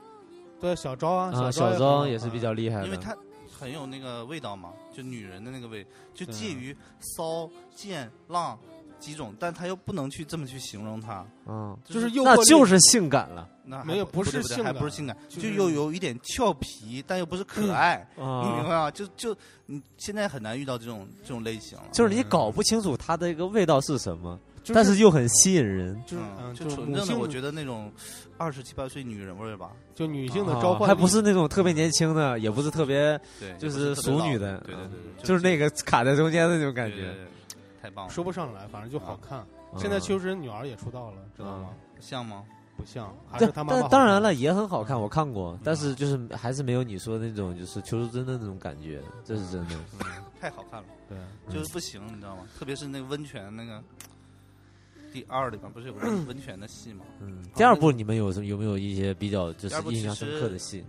对小昭啊，
啊，
小
小
昭
张也
很
是
好
比较厉害的，
因为它很有那个味道嘛，就女人的那个味，就
对啊
介于骚、贱、浪几种，但他又不能去这么去形容它，
嗯，
就是诱惑
那
力
就是性感了
那还
没有
不
不是
对
性
还
感
不是性感，
就
就是又有一点俏皮，但又不是可爱，你明白
啊。
吗？就就你现在很难遇到这种这种类型了，
就是你搞不清楚它的一个味道是什么，
就
但是又很吸引人，
就是
嗯
嗯，
就是纯
母
正的，
性
我觉得那种二十七八岁女人味儿吧，
就女性的
啊
召唤力，
还不是那种特别年轻的，也不是特别，
对，
就
也不
是
是特别
熟
老
女的
对对对对，
就是那个卡在中间的那种感
对对
觉。
对太棒了，
说不上来，反正就好看。
嗯
现在邱淑贞女儿也出道了，知道吗？
像吗？
不像，还
对
是他妈妈
但
好看。嗯
当然了，也很好看，我看过，但是就是还是没有你说的那种就是邱淑贞的那种感觉，这是真的。
嗯
嗯
太好看了。
对，
就是不行，你知道吗？特别是那个温泉那个，第二里边不是有个温温泉的戏吗？
嗯，第二部你们有什么有没有一些比较就是印象深刻的戏？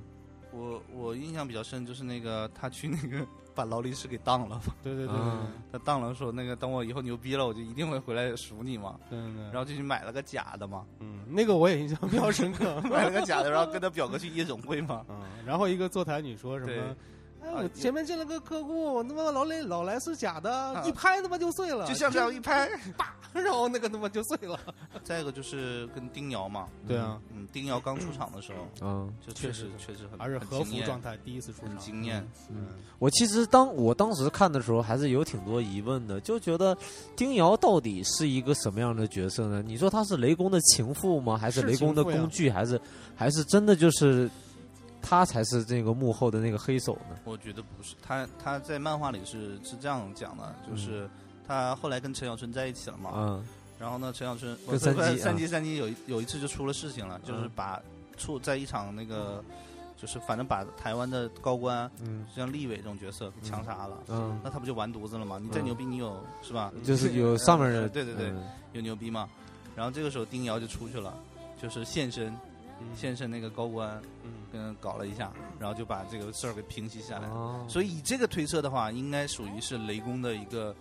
我我印象比较深就是那个他去那个 把劳力士给当了，
对对对
啊
他当了说那个等我以后牛逼了，我就一定会回来赎你嘛，
对对对，
然后就去买了个假的嘛，
嗯，那个我也印象比较深刻。
买了个假的，然后跟他表哥去夜总会嘛，
嗯，然后一个坐台女说什
对
么？哎，
啊
我前面进了个客户，我他妈老雷老来是假的
啊，
一拍他 妈就碎了，
就像这样一拍。
然后那个他妈就碎了。
再一个就是跟丁瑶嘛，
对啊，
嗯，丁瑶刚出场的时候，
嗯，
就确实
确
确实很
而是
很
和
惊
服
艳
状态第一次出
很
场，嗯
惊艳。嗯
我其实当我当时看的时候，还是有挺多疑问的，就觉得丁瑶到底是一个什么样的角色呢？你说她是雷公的情妇吗？还
是
雷公的
情妇呀
工具？还是还是真的就是她才是这个幕后的那个黑手呢？
我觉得不是，他他在漫画里是是这样讲的，就是他后来跟陈小春在一起了嘛，
嗯
然后呢，陈小春
跟三
鸡
姬
三
啊
鸡三鸡有一有一次就出了事情了，就是
嗯
把出在一场那个就是反正把台湾的高官
嗯
像立委这种角色给枪杀了。
嗯，
那他不就完犊子了吗？你再
嗯
牛逼，你有是吧？
就是有上面 的，
对对对
嗯
有牛逼吗？然后这个时候丁瑶就出去了，就是现身，
嗯
现身那个高官
嗯
跟搞了一下，然后就把这个事儿给平息下来了。
哦
所以以这个推测的话，应该属于是雷公的一个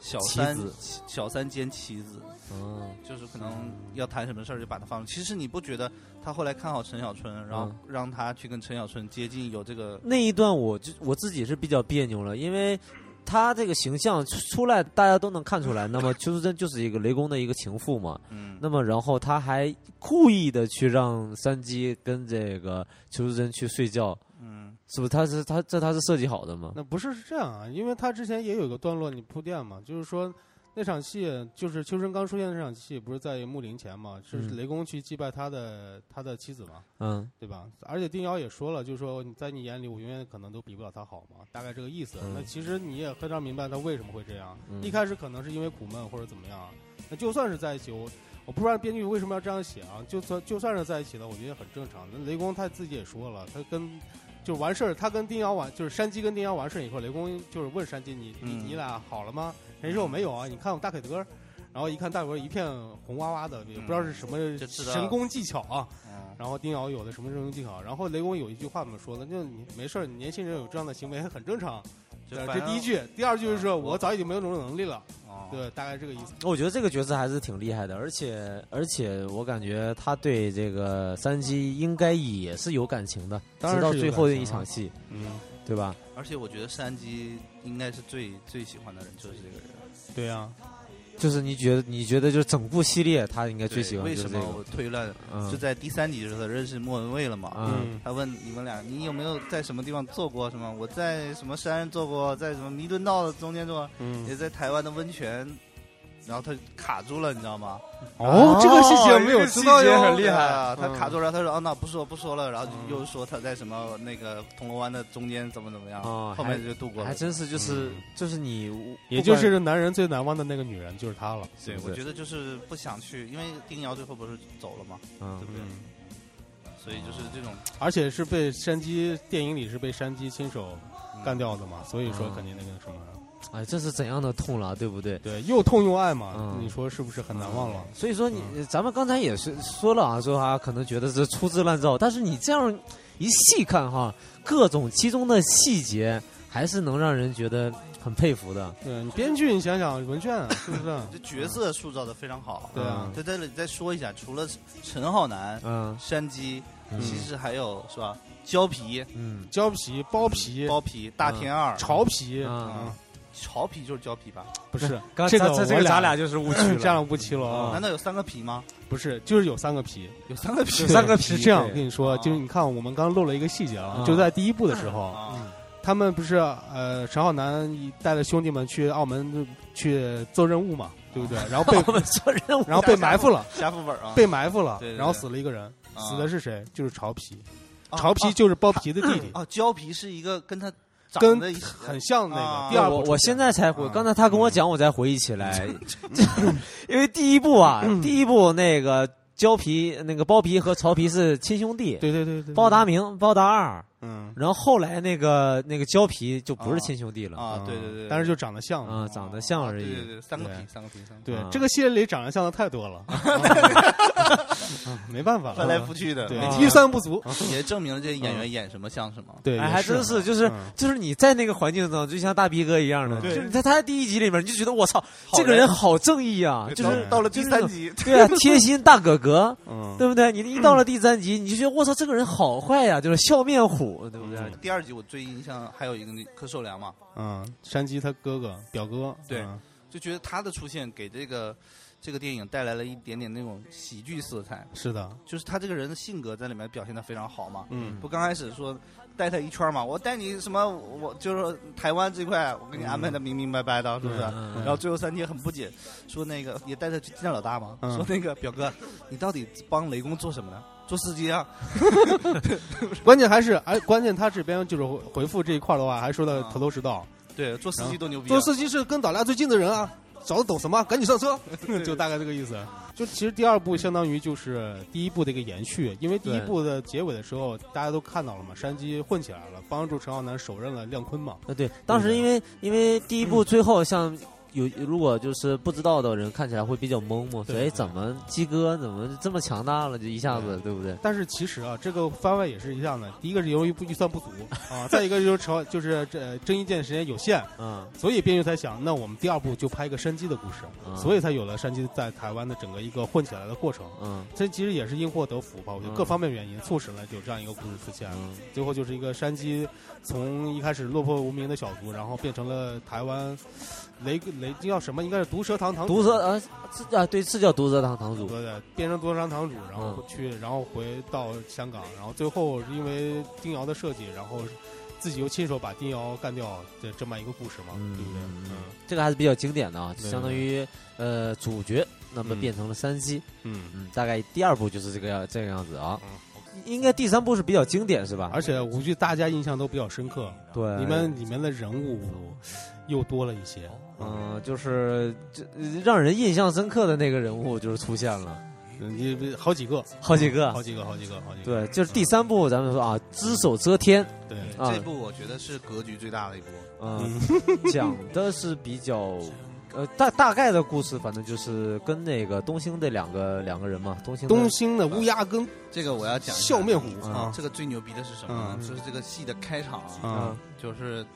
小三
棋子
小小三兼棋子，
嗯
就是可能要谈什么事儿就把他放。其实你不觉得他后来看好陈小春，然后
嗯
让他去跟陈小春接近，有这个
那一段我就我自己是比较别扭了，因为他这个形象出来，大家都能看出来。那么邱淑贞就是一个雷公的一个情妇嘛。
嗯，
那么然后他还故意的去让山鸡跟这个邱淑贞去睡觉，
嗯
是不是？他是他这他是设计好的吗？
那不是是这样啊，因为他之前也有一个段落你铺垫嘛，就是说那场戏就是秋生刚出现的那场戏，不是在墓陵前嘛，是
嗯
雷公去祭拜他的他的妻子嘛，
嗯
对吧？而且丁瑶也说了，就是说你在你眼里我永远可能都比不了他好嘛，大概这个意思。
嗯
那其实你也非常明白他为什么会这样，
嗯
一开始可能是因为苦闷或者怎么样。那就算是在一起，我我不知道编剧为什么要这样写啊，就算就算是在一起了，我觉得很正常。那雷公他自己也说了，他跟就完事儿，他跟丁瑶完就是山鸡跟丁瑶完事儿以后，雷公就是问山鸡你你
嗯
你俩好了吗？人说我没有啊，你看我大腿德。然后一看大腿一片红哇哇的，也不知道是什么
嗯就知道
神功技巧啊，
嗯
然后丁瑶有的什么任用技巧，然后雷公有一句话怎么说的？就你没事儿，你年轻人有这样的行为很正常。
就
对
反
这
正
第一句，第二句就是
啊我
我早已经没有这种能力了。
哦
对，大概这个意思。
我觉得这个角色还是挺厉害的，而且而且我感觉他对这个山鸡应该也是有感情的，
当
直
然是
到
有
最后的
感情
一场
啊
戏，
嗯，
对吧？
而且我觉得山鸡应该是最最喜欢的人就是这个人。
对呀、
就是你觉得你觉得就是整部系列他应该最
对
喜欢
为
就是
什
这
么
个，
我推论？
嗯
就在第三集的时候认识莫文蔚了嘛。
嗯
他问你们俩，你有没有在什么地方做过什么？我在什么山做过，在什么弥敦道的中间做过，
嗯，
也在台湾的温泉，然后他卡住了，你知道吗？
哦，这个细节没有
知
细
道
节
哟
很厉
对
害
啊。他
嗯
卡住了，他说：“哦，那不说不说了。”然后
嗯
又说他在什么那个铜锣湾的中间怎么怎么样，
哦
后面就度过了
还。真是就是、
嗯
就是你，
也就是男人最难忘的那个女人就是她了。
对，
是不
我
是
觉得就是不想去，因为丁瑶最后不是走了嘛，
嗯
对不对？
嗯，
所以就是这种
而且是被山鸡电影里是被山鸡亲手
嗯
干掉的嘛，所以说
嗯
肯定那个什么，
哎，这是怎样的痛了，对不对？
对，又痛又爱嘛，
嗯
你说是不是很难忘了？
所以说你、
嗯
咱们刚才也是说了啊，说啊，可能觉得是粗制滥造，但是你这样一细看哈，各种其中的细节还是能让人觉得很佩服的。
对，你编剧你想想文卷是不是？
这角色塑造的非常好。
对啊，
在这里再说一下，除了陈浩南、
嗯
山鸡，
嗯
其实还有是吧？胶皮、
嗯
胶皮、包皮、
包皮、大田二、嗯
潮皮
啊，
潮皮就是胶皮吧？
不是，
刚
这个
咱这
我
个
俩
咱俩就是误区了，嗯
这样不齐了啊
难。道有三个皮吗？
不是，就是有三个皮，
有三个皮
哦有三个皮
是这样。
对
我跟你说，
啊
就是你看，我们刚漏了一个细节啊
啊，
就在第一部的时候，
啊！
他们不是呃，陈浩南带着兄弟们去澳门呃去做任务
啊
嘛，对不对？然后被
我们做任务，
然后被埋伏了，
加副本啊，
被埋伏了
对对，对
然后死了一个人，
啊
死的是谁？就是潮皮，
啊
潮皮就是包皮的弟弟，
啊，胶皮是一个跟他长
跟
得一起
很像那
啊
个第二
我
部。
我现在才回，
啊
刚才他跟我讲，我才回忆起来，因为第一部啊，第一部那个胶皮那个包皮和曹皮是亲兄弟，
对对对对，
包达明、包达二，
嗯
然后后来那个那个胶皮就不是
啊
亲兄弟了
啊，对对对，
嗯但是就长得像嘛。
啊，长得像而
对对
已。
对，三个
对
皮，三个皮，三个皮，
对
啊，
这个系列里长得像的太 多了，啊没办法，
翻来覆去的，
对
啊
预算不足，
也证明了这演员演什么像什么。
对，
哎，
也
还真是，就是
嗯
就是你在那个环境中，就像大逼哥一样的，
对
就是你在他在第一集里面，你就觉得我操，
好
这个人好正义啊，
对
就是
到到了第三集，
对啊，贴心大哥哥，
嗯，
对不对？你一到了第三集，你就觉得我操，这个人好坏呀、就是笑面虎，对不对？
第二集我最印象还有一个那柯受良嘛，
嗯，山鸡他哥哥表哥，
对
嗯
就觉得他的出现给这个这个电影带来了一点点那种喜剧色彩，
是的，
就是他这个人的性格在里面表现的非常好嘛。
嗯
不刚开始说带他一圈嘛，我带你什么，我就是说台湾这块，我给你安排的
嗯
明明白白的，是不是？
嗯
然后最后三天很不解，说那个也带他去见老大嘛，
嗯
说那个表哥，你到底帮雷公做什么呢？做司机啊？
关键还是哎，关键他这边就是回回复这一块的话，还说的头头是道，
对，做司机多牛逼、啊！
做司机是跟老大最近的人啊，小子懂什么？赶紧上车， 就大概这个意思。就其实第二部相当于就是第一部的一个延续，因为第一
对
部的结尾的时候大家都看到了嘛，山鸡混起来了，帮助陈浩南手刃了亮坤嘛。
呃，对，当时因为因为第一部最后像有如果就是不知道的人看起来会比较懵嘛，所
对
以
对
怎么鸡哥怎么这么强大了，就一下子对不对？
但是其实啊，这个番外也是一样的，第一个是由于不预算 不足啊，再一个就是陈浩就是这呃郑伊健时间有限，
嗯，
所以编剧才想，那我们第二部就拍一个山鸡的故事，
嗯
所以才有了山鸡在台湾的整个一个混起来的过程。
嗯
这其实也是因祸得福吧，我觉
嗯
得各方面原因促使了有这样一个故事出现。
嗯
最后就是一个山鸡从一开始落魄无名的小卒，然后变成了台湾雷雷叫什么？应该是毒蛇堂堂主
毒蛇啊，是啊，对，是叫毒蛇堂堂主
对，对，变成毒蛇堂堂主，然后去，然后回到香港，然后最后因为丁瑶的设计，然后自己又亲手把丁瑶干掉，这这么一个故事嘛，
嗯
对不对？嗯
这个还是比较经典的啊，
对
相当于呃主角，那么
嗯
变成了山鸡，
嗯，
嗯，大概第二部就是这个样这个样子啊
嗯，
应该第三部是比较经典是吧？
而且我觉得大家印象都比较深刻，
对
里面里面的人物又多了一些，
嗯、就是这让人印象深刻的那个人物就是出现了
嗯，你好几个，
好几个，
嗯好几个，好几个，好几个。
对，就是第三部咱们说啊，只手遮天，
对，
啊
这部我觉得是格局最大的一部，
嗯，讲的是比较。呃，大大概的故事，反正就是跟那个东兴的两个两个人嘛，东兴的
东兴的乌鸦跟
这个我要讲一下
笑面虎
啊
啊，
这个最牛逼的是什么呢？
嗯
就是这个戏的开场，
呃
啊，
就是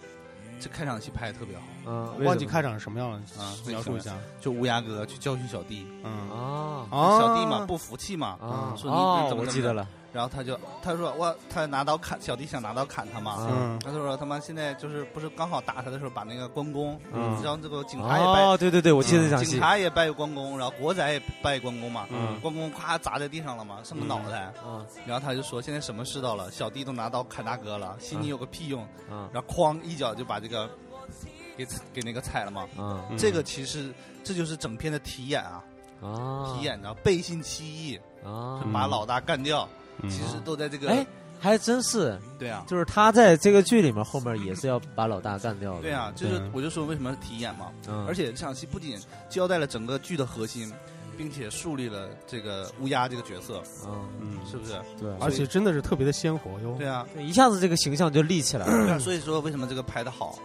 这开场戏拍的特别好，
嗯，为
忘记
什么
开场是什么样了
啊
描述一下。
就乌鸦哥去教训小弟，
嗯
啊
啊，
小弟嘛不服气嘛，
啊
说你
哦，
怎么
我记得了，
然后他就他说我他拿刀砍小弟想拿刀砍他嘛，
啊
嗯
他就说他妈现在就是不是刚好打他的时候把那个关公，
嗯
然后这个警察也
哦，
拜、
对对对，我记得这场戏
警，察也拜关公，然后国仔也拜关公嘛，
嗯
关公咵砸在地上了嘛，剩个脑袋，
啊
然后他就说现在什么世道了，小弟都拿刀砍大哥了，
嗯
心里有个屁用，
啊
然后哐一脚就把这个给给那个踩了嘛。
啊
嗯
这个其实这就是整篇的题眼啊，
啊，
题眼然后背信弃义，
啊，
把老大干掉，
嗯
其实都在这个、
哎，还真是，
对啊，
就是他在这个剧里面后面也是要把老大干掉的，
对啊，就是
对
我就说为什么题眼嘛，
嗯，
而且这场戏不仅交代了整个剧的核心，并且树立了这个乌鸦这个角色，
嗯，
嗯，
是不是？
对，
而且真的是特别的鲜活哟。
对啊，
对一下子这个形象就立起来了，
所以说为什么这个拍的好？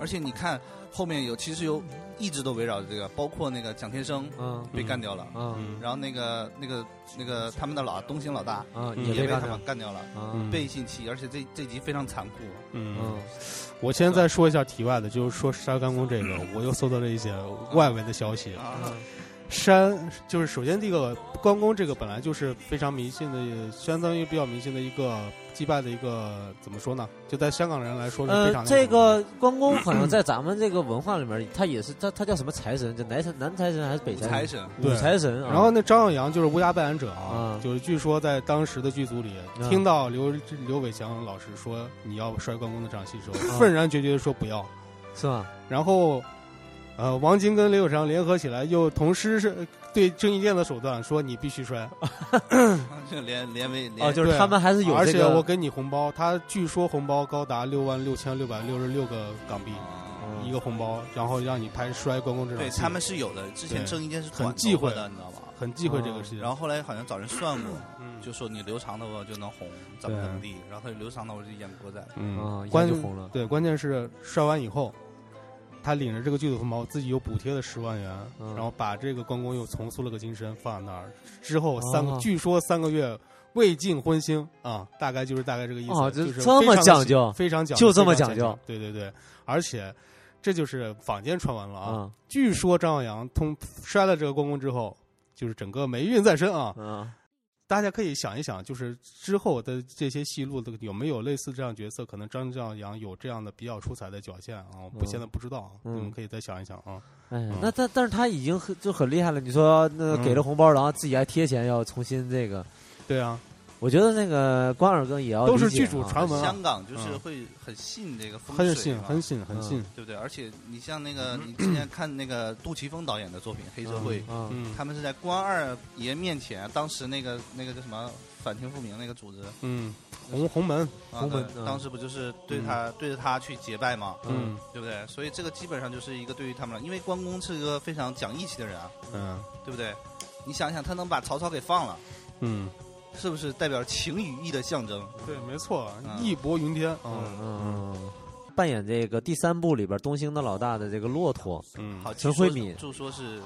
而且你看后面有，其实有一直都围绕着这个，包括那个蒋天生
嗯
被干掉了，
嗯
然后那个那个那个他们的老东兴老大
啊，
嗯
也
也被
被
干
他
掉
们，干掉了，
啊，
背信弃义，而且这这集非常残酷，
嗯，
嗯，
我先再说一下题外的，就是说杀干工这个，我又搜到了一些外围的消息。
啊，
山就是首先第一个关公这个本来就是非常迷信的，相当于比较迷信的一个祭拜的一个怎么说呢？就在香港人来说是非
呃，
常那
这
什么
个关公好像在咱们这个文化里面，他也是他他叫什么财神？这南财南财神还是北
财
财神？
神，
武
对
财神啊。
然后那张耀扬就是乌鸦扮演者啊，
嗯
就是据说在当时的剧组里，
嗯
听到刘刘伟强老师说你要摔关公的这场戏的时
嗯
候，愤然决绝的说不要。
是吧？
然后，呃，王晶跟刘伟强联合起来，又同施是对郑伊健的手段，说你必须摔，
就连连为连
哦，就是
对啊
他们还是有
而
这
且我
个。
给你红包。他据说红包高达六万六千六百六十六个港币，
嗯嗯
一个红包，然后让你拍摔关公这
哦
场
对
戏，
他们是有的。之前
对
郑伊健是
很
短
忌
头发
讳
的，你知道吧？
很忌讳这个事情。
然后后来好像找人算 过，
嗯
就说你留长头发就能红，怎么怎么地。然后他就留长头发就演国仔，
啊，一下
关
就红了。
对，关键是摔完以后，他领着这个剧组红包，自己又补贴了十万元，
嗯
然后把这个关公又重塑了个金身放在那儿。之后三个，
哦
据说三个月未尽婚星啊，大概就是大概这个意思。
哦这
就是
这么
非常
讲究
非常讲
就这么
非常讲
讲究。
对对对，而且这就是坊间传闻了啊。
啊
据说张耀扬通摔了这个关公之后，就是整个霉运在身啊。
啊
大家可以想一想，就是之后的这些戏路的有没有类似这样角色？可能张耀扬有这样的比较出彩的表现啊，我不
嗯
现在不知道啊，
嗯
你们可以再想一想啊。
哎，那但但是他已经很就很厉害了。你说那
嗯
给了红包，然后自己还贴钱，要重新这个，
对啊，
我觉得那个关二哥也要
都是
理解
剧组
啊
传闻啊
香港就是
嗯
会很信这个风水
很
嘛，
信，很信，很
嗯
信。
对不对？而且你像那个，你之前看那个杜琪峰导演的作品《黑社会》，
啊
嗯
他们是在关二爷面前，当时那个那个叫什么反清复明那个组织，
嗯，红红嗯门，
啊
红门
对
嗯
当时不就是对他、对着他去结拜嘛，
嗯
对不对？所以这个基本上就是一个对于他们来，因为关公是一个非常讲义气的人啊，
嗯
对不对？你想想，他能把曹操给放了，
嗯，
是不是代表情与义的象征？
对，没错，
嗯
义薄云天
嗯
啊。
嗯嗯，扮演这个第三部里边东兴的老大的这个骆驼，
嗯，
好，
陈
据说
慧敏
就说是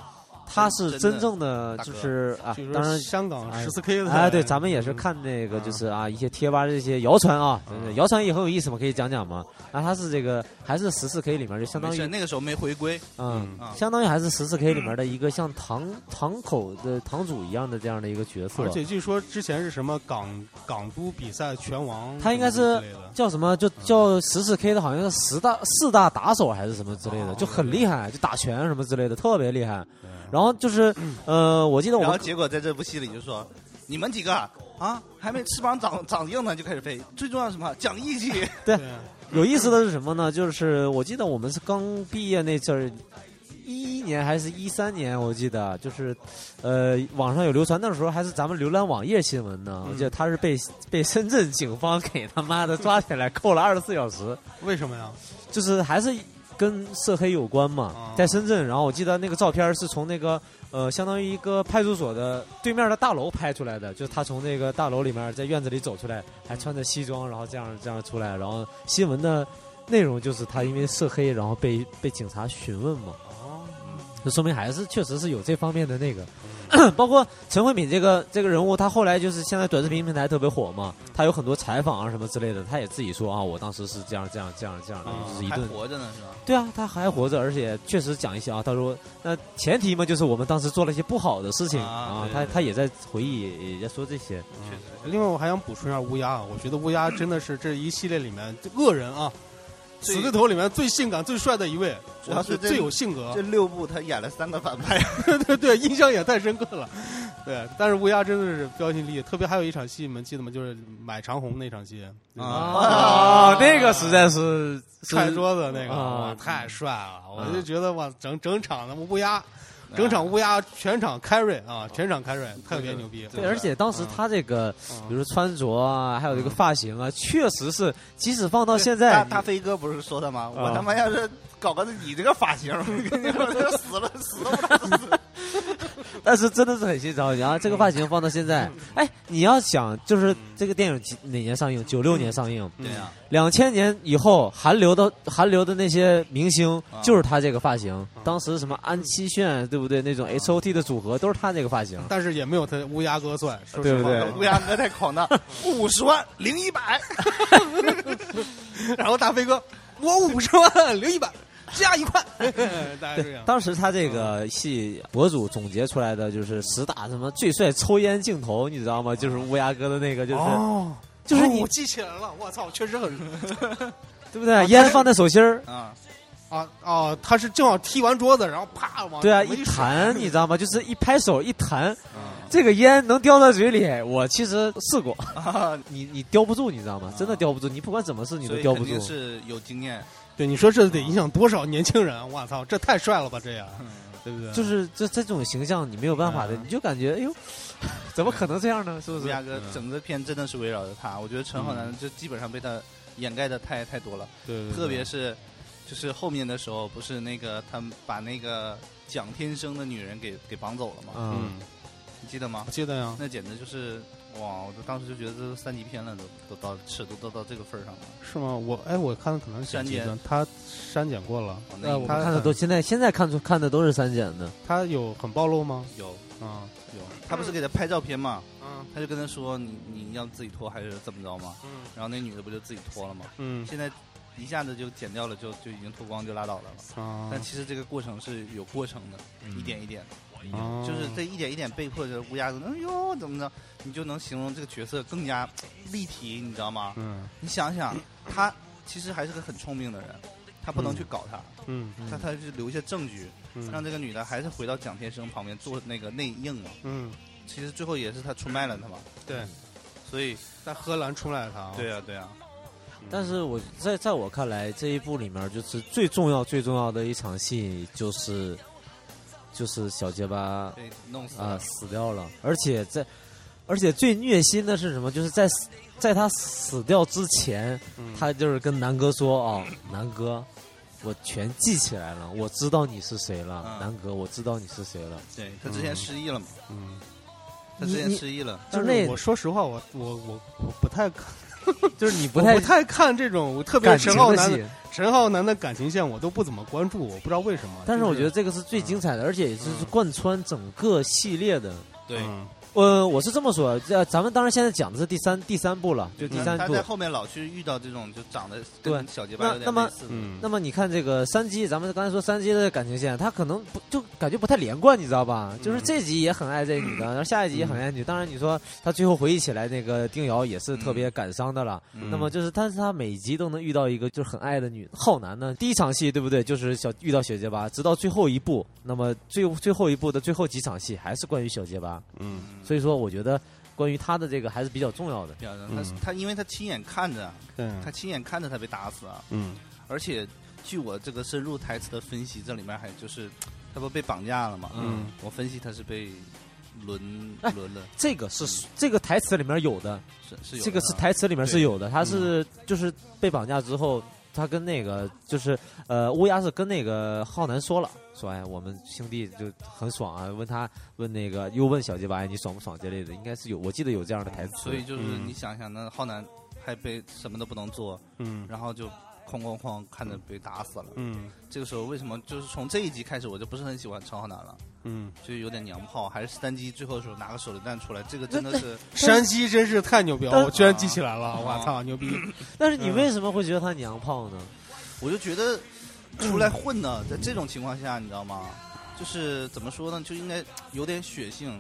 他是
真
真正的
大哥
就是啊
据，
当
说
然
香港
哎
十四 K 的，嗯
哎，对，咱们也是看那个，就是啊，一些贴吧这些谣传啊，真的谣传也很有意思嘛，可以讲讲嘛。啊，它是这个还是十四 K 里面就相当
没事
于，
那个时候没回归，
嗯，
啊
相当于还是十四 K 里面的一个像堂堂口的堂主一样的这样的一个角色
而，且据说之前是什么港港都比赛拳王，
他应该是
之类的，
叫什么？就叫十四 K 的，好像是十大四大打手还是什么之类的，
哦
就很厉害，就打拳什么之类的，特别厉害。
对
然后就是，呃，我记得我
然后
们
结果在这部戏里就说，你们几个啊，还没翅膀长长硬呢就开始飞，最重要是什么？讲义气。
对啊
有意思的是什么呢？就是我记得我们是刚毕业那阵儿，一一年还是一三年，我记得就是，呃，网上有流传那时候还是咱们浏览网页新闻呢。我记得他是被被深圳警方给他妈的抓起来扣了二十四小时，
为什么呀？
就是还是。跟涉黑有关嘛
哦，
在深圳，然后我记得那个照片是从那个呃，相当于一个派出所的对面的大楼拍出来的，就是他从那个大楼里面在院子里走出来，还穿着西装，然后这样这样出来，然后新闻的内容就是他因为涉黑，然后被被警察询问嘛，
哦，
这说明还是确实是有这方面的那个，包括陈慧敏这个这个人物，她后来就是现在短视频平台特别火嘛，她有很多采访啊什么之类的，她也自己说啊，我当时是这样这样这样这样 的，
哦
啊就是一
还
顿
活着呢是吧？
对啊，他还活着，而且确实讲一些啊。他说，那前提嘛，就是我们当时做了一些不好的事情
啊
啊。
对
他
对
他也在回忆，也也在说这些。
确实。
另外，我还想补充一下乌鸦，啊，我觉得乌鸦真的是这一系列里面这恶人啊，
最
死对头里面最性感、最帅的一位，
主要是
我觉
这
得最有性格
啊
这。六部他演了三个反派，
对对对，印象也太深刻了。对，但是乌鸦真的是标新立异，特别还有一场戏，你们记得吗？就是买长虹那场戏，
啊，那个实在是
踹桌子那个，
啊
哇，太帅了！我
啊
就觉得哇，整整场的乌鸦，整场乌鸦全场 carry 啊，全场 carry，特别牛逼。
对，而且当时他这个，
嗯
比如穿着啊，还有这个发型
嗯
啊，确实是，即使放到现
大
在，啊
大飞哥不是说的吗？我他妈要是搞个你这个发型， 我就死了死了不 能死。
但是真的是很新潮。然后这个发型放到现
嗯
在，哎，你要想，就是这个电影几哪年上映？九六年上映，
对呀，
两千年以后，韩流的韩流的那些明星
啊
就是他这个发型。当时什么安七炫，对不对？
啊
那种 H O T 的组合都是他这个发型。
但是也没有他乌鸦哥帅，说
对
实
不
话
对
乌鸦哥太狂 了，五十万零一百，
然后大飞哥，我五十万留一百，加一块， 大概这样。
当时他这
啊
个戏博主总结出来的就是十大什么最帅抽烟镜头，你知道
啊
吗？就是乌鸦哥的那个，就是、
哦，
就是你、
我记起来了，我操，确实很
对不对？烟放在手心儿，
啊，
啊哦，他是正好踢完桌子，然后啪往
对啊，
往
一
甩
弹，你知道吗？就是一拍手一弹，
啊
这个烟能叼到嘴里。我其实试过，你你叼不住，你知道吗？真的叼不住，你不管怎么试，你都
啊所以
叼
肯
不住
定。是有经 验。
对，你说这得影响多少年轻人？我操，这太帅了吧，这样，对不对？
就是这这种形象你没有办法的，
嗯
你就感觉哎呦， 怎么可能这样呢？是不
乌
是？
鸦哥整个片真的是围
嗯
绕着他，我觉得陈浩南就基本上被他掩盖的太太多了，
对，对对
特别是就是后面的时候，不是那个他们把那个蒋天生的女人给给绑走了吗？
嗯，
嗯，
你记得吗
我？记得呀，
那简直就是哇！我就当时就觉得这都三级片了，都都到尺度都到这个份儿上了。
是吗？我哎，我看的可能是剪辑
删
的，他删减过了。
哦那
那
应
我
该
看的都现在现在看出看的都是删减的，
他有很暴露吗？
有
啊，
有，他不是给他拍照片嘛？
嗯
他就跟他说：“你你要自己脱还是怎么着嘛？”然后那女的不就自己脱了嘛？
嗯
现在一下子就剪掉了，就就已经脱光就拉倒了嘛。
啊，
但其实这个过程是有过程的，
嗯
一点一点的，
啊
就是这一点一点被迫就是乌鸦的，哎呦怎么着，你就能形容这个角色更加立体，你知道吗？
嗯
你想想，他其实还是个很聪明的人，他不能去搞他，
嗯
他他就留下证据，
嗯
让这个女的还是回到蒋天生旁边做那个内应嘛。
嗯，
其实最后也是他出卖了他嘛，
对，
所以
在荷兰出来的他，
对，啊对啊，
但是我在在我看来这一部里面就是最重要最重要的一场戏就是就是小结巴
被弄死
啊
了，
死掉了，而且在而且最虐心的是什么？就是在死在他死掉之前，他就是跟南哥说啊、南哥。我全记起来了，我知道你是谁了，
嗯
南哥，我知道你是谁了。
对他之前失忆了嘛，
嗯。
他之前
你
失忆了，
就
但
那
是我说实话，我我我我不太看，
就是你不
我
太
不太看这种，我特别
感
陈
情
浩
的
南的
戏，
陈浩南的感情线我都不怎么关注，我不知道为什么。
但是
就
我觉得，这个是最精彩的，而且也就是
嗯
贯穿整个系列的。
对。
嗯
呃，我是这么说，这咱们当然现在讲的是第三第三部了，就
嗯
第三
他
部
在。后面老去遇到这种就长得
对
跟小结巴有
那那
点
么
类似的，
嗯，
那么你看这个三姬，咱们刚才说三姬的感情线，他可能不就感觉不太连贯，你知道吧？
嗯
就是这集也很爱这女的，然后下一集也很爱女。当然你说他最后回忆起来那个丁瑶也是特别感伤的了。
嗯
那么就是，但是他每集都能遇到一个就是很爱的女浩南呢。第一场戏对不对？就是小遇到小结巴，直到最后一步，那么最最后一步的最后几场戏还是关于小结巴。
嗯
嗯
所以说，我觉得关于他的这个还是比较重要的。
表扬他
嗯
他因为他亲眼看着，啊
对，
嗯
他亲眼看着他被打死啊，
嗯
而且据我这个深入台词的分析，这里面还就是他不被绑架了嘛，
嗯，
我分析他是被轮
哎
轮了，
这个是这个台词里面有的，
是嗯是有
这个
的
是
啊
台词里面是
对
有的，他是就是被绑架之后，他跟那个就是呃乌鸦是跟那个浩南说了，说哎我们兄弟就很爽啊，问他问那个又问小鸡巴哎你爽不爽之类的，应该是有我记得有这样的台词，
所以就是
嗯
你想想，那浩南还被什么都不能做，
嗯
然后就哐哐哐看着被打死了。
嗯
这个时候为什么就是从这一集开始我就不是很喜欢陈浩南了，
嗯，
就有点娘炮，还是单机最后的时候拿个手榴弹出来，这个真的 是
山鸡真是太牛逼
但
了，我居然记起来了，
啊
我操， 牛逼！
但是你为什么会觉得他娘炮呢？
我就觉得出来混呢，在这种情况下，你知道吗？就是怎么说呢，就应该有点血性，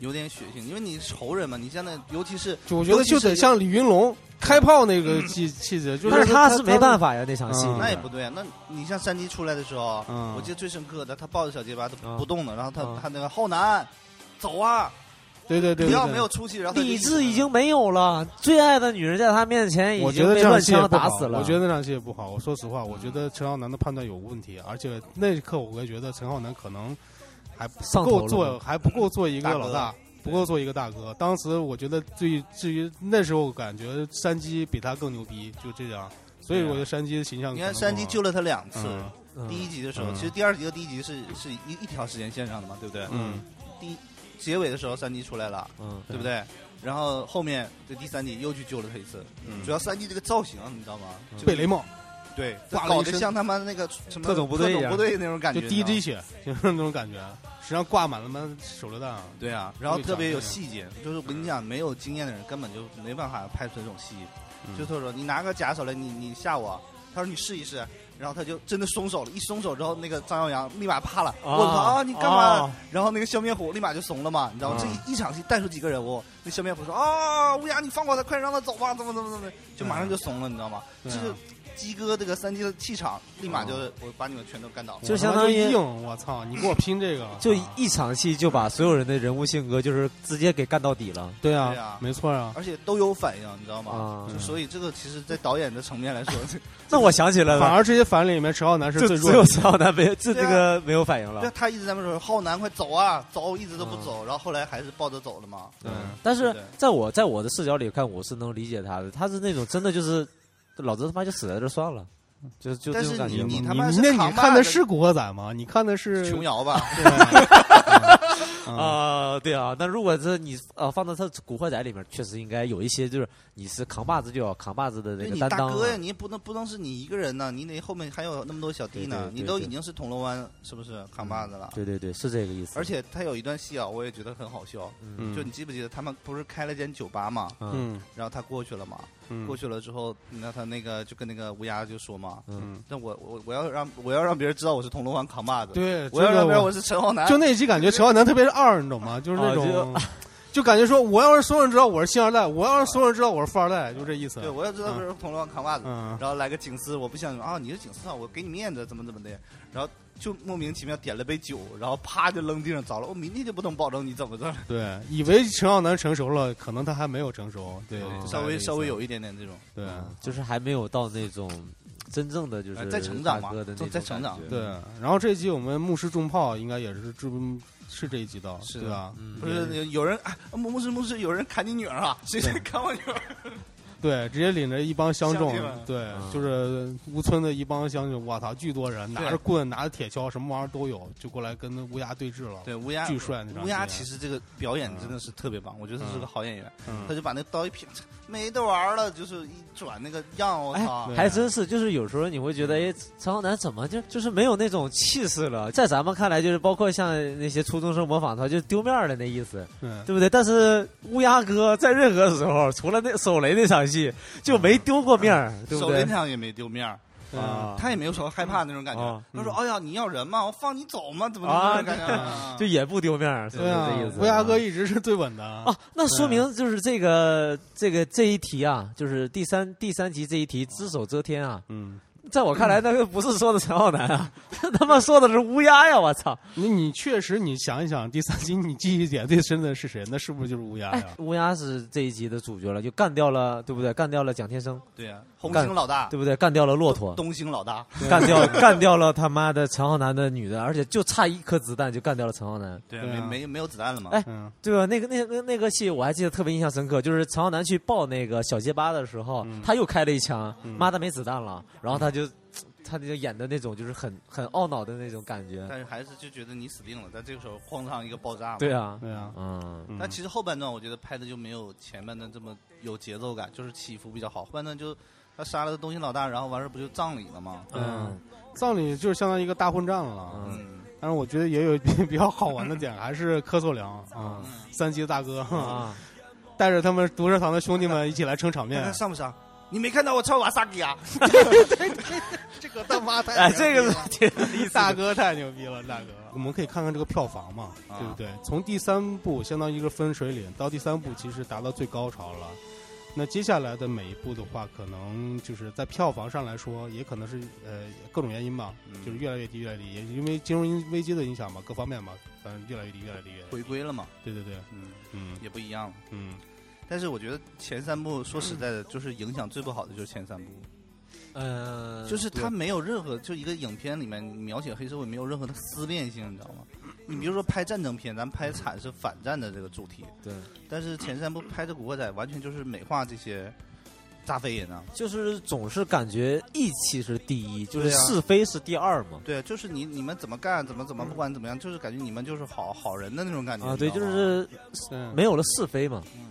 有点血性，因为你是仇人嘛，你现在尤其是
就我觉得就得像李云龙开炮那个气气质，就
嗯但是
他
他是没办，法呀，那场戏
嗯
那也不对啊，那你像山鸡出来的时候，
嗯
我记得最深刻的，他抱着小结巴都
嗯
不动了，然后他、
嗯
他那个浩南，走啊，
对对对，
不要
对
没有，出息，然后他就
理智已经没有了，最爱的女人在他面前
我
已
觉
经
得
被
这
乱
场戏也
枪
不
打
好
死了。
我觉得那场戏也不好。我说实话，我觉得陈浩南的判断有问题，而且那一刻我会觉得陈浩南可能还不
上头
够
了
做，还不够做一个
大哥
老大，不够做一个大哥。当时我觉得至于至于那时候，感觉山鸡比他更牛逼，就这样。所以
对啊
我觉得山鸡的形象可
你
能更好，
看山鸡救了他两次，
嗯
嗯
第一集的时候，
嗯
其实第二集和第一集是是一一条时间线上的嘛，对不对？
嗯
结尾的时候山鸡出来了，
嗯，
对不对？然后后面这第三集又去救了他一次，
嗯
主要山鸡这个造型你知道吗？就
贝雷帽
对，
挂了
搞
一
得
身
像他妈那个什么
特种部队一
特种
样
部队那种感
就
觉，
第一
你
滴
知
血， 就是那种感觉，身上挂满了妈手榴弹啊。
道吗对啊，然后
就
特别有
长这
细节，就是我跟你讲，没有经验的人根本就没办法拍出这种戏。
嗯
就他说你拿个假手来，你你吓我，他说你试一试，然后他就真的松手了，一松手之后，那个张耀扬立马怕了，我操啊，你干嘛？
啊
然后那个笑面虎立马就怂了嘛，你知道吗？
嗯
这一一场戏带出几个人物，那笑面虎说啊，乌鸦你放过他，快让他走吧，怎么怎么怎么，就
嗯
马上就怂了，你知道吗？这
对啊
是鸡哥这个三鸡的气场，立马
嗯
就是我把你们全都干倒。
就
我他妈
相当于
硬，我操！你给我拼这个，
就
啊
一场戏就把所有人的人物性格就是直接给干到底了
对
对啊
啊，没错啊。
而且都有反应，你知道吗？
啊！
嗯
所以这个其实，在导演的层面来说， 这
那我想起来
反
了，
而这些反应里面，陈浩南是
就
最
只
弱
有
的。
陈浩南没有，这
对
这
啊
个没有反应
对
了。
他一直在那边说浩南快走啊，走，一直都不走，
嗯
然后后来还是抱着走了嘛。
对
但是
对
在我在我的视角里看，我是能理解他的，他是那种真的就是老子他妈就死在这儿算了，就就这
但
种
是
感
你
觉
你
吗？
他
你
妈是
那你
扛把
看的
的
是《古惑仔》吗？你看的是
琼瑶吧？
对吧嗯嗯
啊，对啊，那如果是你呃放到他《古惑仔》里面，确实应该有一些就是你是扛把子就要扛把子的 那
对
个
你
担
大
当啊。
哥呀，你不能不能是你一个人呢，你得后面还有那么多小弟
对
呢
对，
你
对
都
对
已经是铜锣湾是不是扛把子了？
对对对，是这个意思。
而且他有一段戏啊，我也觉得很好笑，
嗯
就你记不记得他们不是开了间酒吧嘛，
嗯，
嗯
然后他过去了嘛，
嗯
过去了之后，那他那个就跟那个乌鸦就说嘛，
嗯，
那我我我要让我要让别人知道我是铜锣湾扛把子，
对，
我要
这个
让别人我是陈浩南，
就那期感觉陈浩南特别是二，你懂吗？啊就是那 种，就感觉说，我要是所有人知道我是星二代，我要是所有人知道我是富二代，就这意思。
对我要知道别人是铜锣湾扛把子，
嗯，
然后来个警司，我不想啊，你是警司啊，我给你面子，怎么怎么的，然后就莫名其妙点了杯酒，然后啪就扔地上着了，我明天就不能保证你怎么着，
对，以为陈浩南成熟了，可能他还没有成熟，对
嗯，
就
稍微
大概这意思
稍微有一点点这种，
对
嗯就是还没有到那种真正的就是
呃在成长嘛
大哥的那种
在成长
感觉
对。然后这一集我们牧师重炮应该也是这是这一集的，
是
对吧？
嗯
不是有人啊，牧牧师牧师，有人砍你女儿啊？谁在砍我女儿？
对，直接领着一帮乡
乡
众
亲们，
对
嗯，
就是乌村的一帮乡亲，我操，巨多人，拿着棍，拿着铁锹，什么玩意儿都有，就过来跟乌鸦对峙了。
对，乌鸦
巨帅那场
乌鸦
啊
戏
其实这个表
嗯
演真的是特别棒，我觉得他是个好演员。
嗯
他就把那刀一劈，没得玩儿了，就是一转那个样，我操！
对
还真是，就是有时候你会觉
嗯
得，哎，陈浩南怎么就就是没有那种气势了？在咱们看来，就是包括像那些初中生模仿他，就丢面儿的那意思，
嗯，
对不对？但是乌鸦哥在任何时候，除了那手雷那场戏，就没丢过面儿，对
嗯
不
手雷
对
那？样也没丢面儿，
啊，
他也没有说害怕那种感觉
啊。
他说：“哎呀，你要人吗？我放你走吗？怎么
啊
那种感觉 啊？”
就也不丢面儿，是不
对
是
啊
这意，思？
乌鸦哥
啊
一直是最稳的。
啊，那说明就是这个这个这一题啊，就是第三第三集这一题“只手遮天”啊，
嗯，
在我看来，那个不是说的陈浩南啊， 他妈说的是乌鸦呀！我操！
那你确实，你想一想，第三集你记忆点最深的是谁？那是不是就是乌鸦
哎
呀？
乌鸦是这一集的主角了，就干掉了，对不对？干掉了蒋天生，
对呀，红
干
星老大，
对不对？干掉了骆驼，
东星老大，
干掉干掉了他妈的陈浩南的女的，而且就差一颗子弹就干掉了陈浩南。
对
对
没
啊
没没有子弹了嘛？
哎
嗯，
对吧？那个、那个、那个戏我还记得特别印象深刻，就是陈浩南去抱那个小结巴的时候，
嗯
他又开了一枪，妈的没子弹了，然后他就，他就演的那种就是很很懊恼的那种感觉。
但是还是就觉得你死定了，但这个时候哐上一个爆炸嘛。
对啊，
对啊，
嗯，
嗯
但其实后半段我觉得拍的就没有前半段这么有节奏感，就是起伏比较好。后半段就他杀了东星老大，然后完事儿不就葬礼了吗？
嗯
葬礼就是相当于一个大混战了。
嗯
嗯，
但是我觉得也有 比较好玩的点，还是柯受良啊，
嗯
三级的大哥
嗯啊，
带着他们毒蛇堂的兄弟们一起来撑场
看他
面。
上不上？你没看到我穿瓦萨基啊？ 这个他妈太
哎，这个 是挺
大哥太牛逼了，大哥！我们可以看看这个票房嘛，
啊
对不对？从第三部相当于一个分水岭，到第三部其实达到最高潮了。那接下来的每一部的话，可能就是在票房上来说，也可能是呃各种原因吧，
嗯
就是越来越低，越来越低，也因为金融危机的影响嘛，各方面嘛，反正越来越低，越来越低，越来越低
回归了嘛，
对对对，
嗯，
嗯
也不一样了。
嗯，
但是我觉得前三部说实在的，就是影响最不好的就是前三部，
嗯，
就是他没有任何，就一个影片里面你描写黑社会没有任何的思辨性，你知道吗？你比如说拍战争片，咱们拍惨是反战的这个主题，
对，
但是前三部拍的《古惑仔》完全就是美化这些大飞人啊。
就是总是感觉义气是第一，就是
对啊
是非是第二嘛。
对，啊就是你你们怎么干，怎么怎么，不管怎么样，就是感觉你们就是好好人的那种感觉。
啊，
你
对，
知
就
道吗。
是
对
没有了是非嘛
嗯，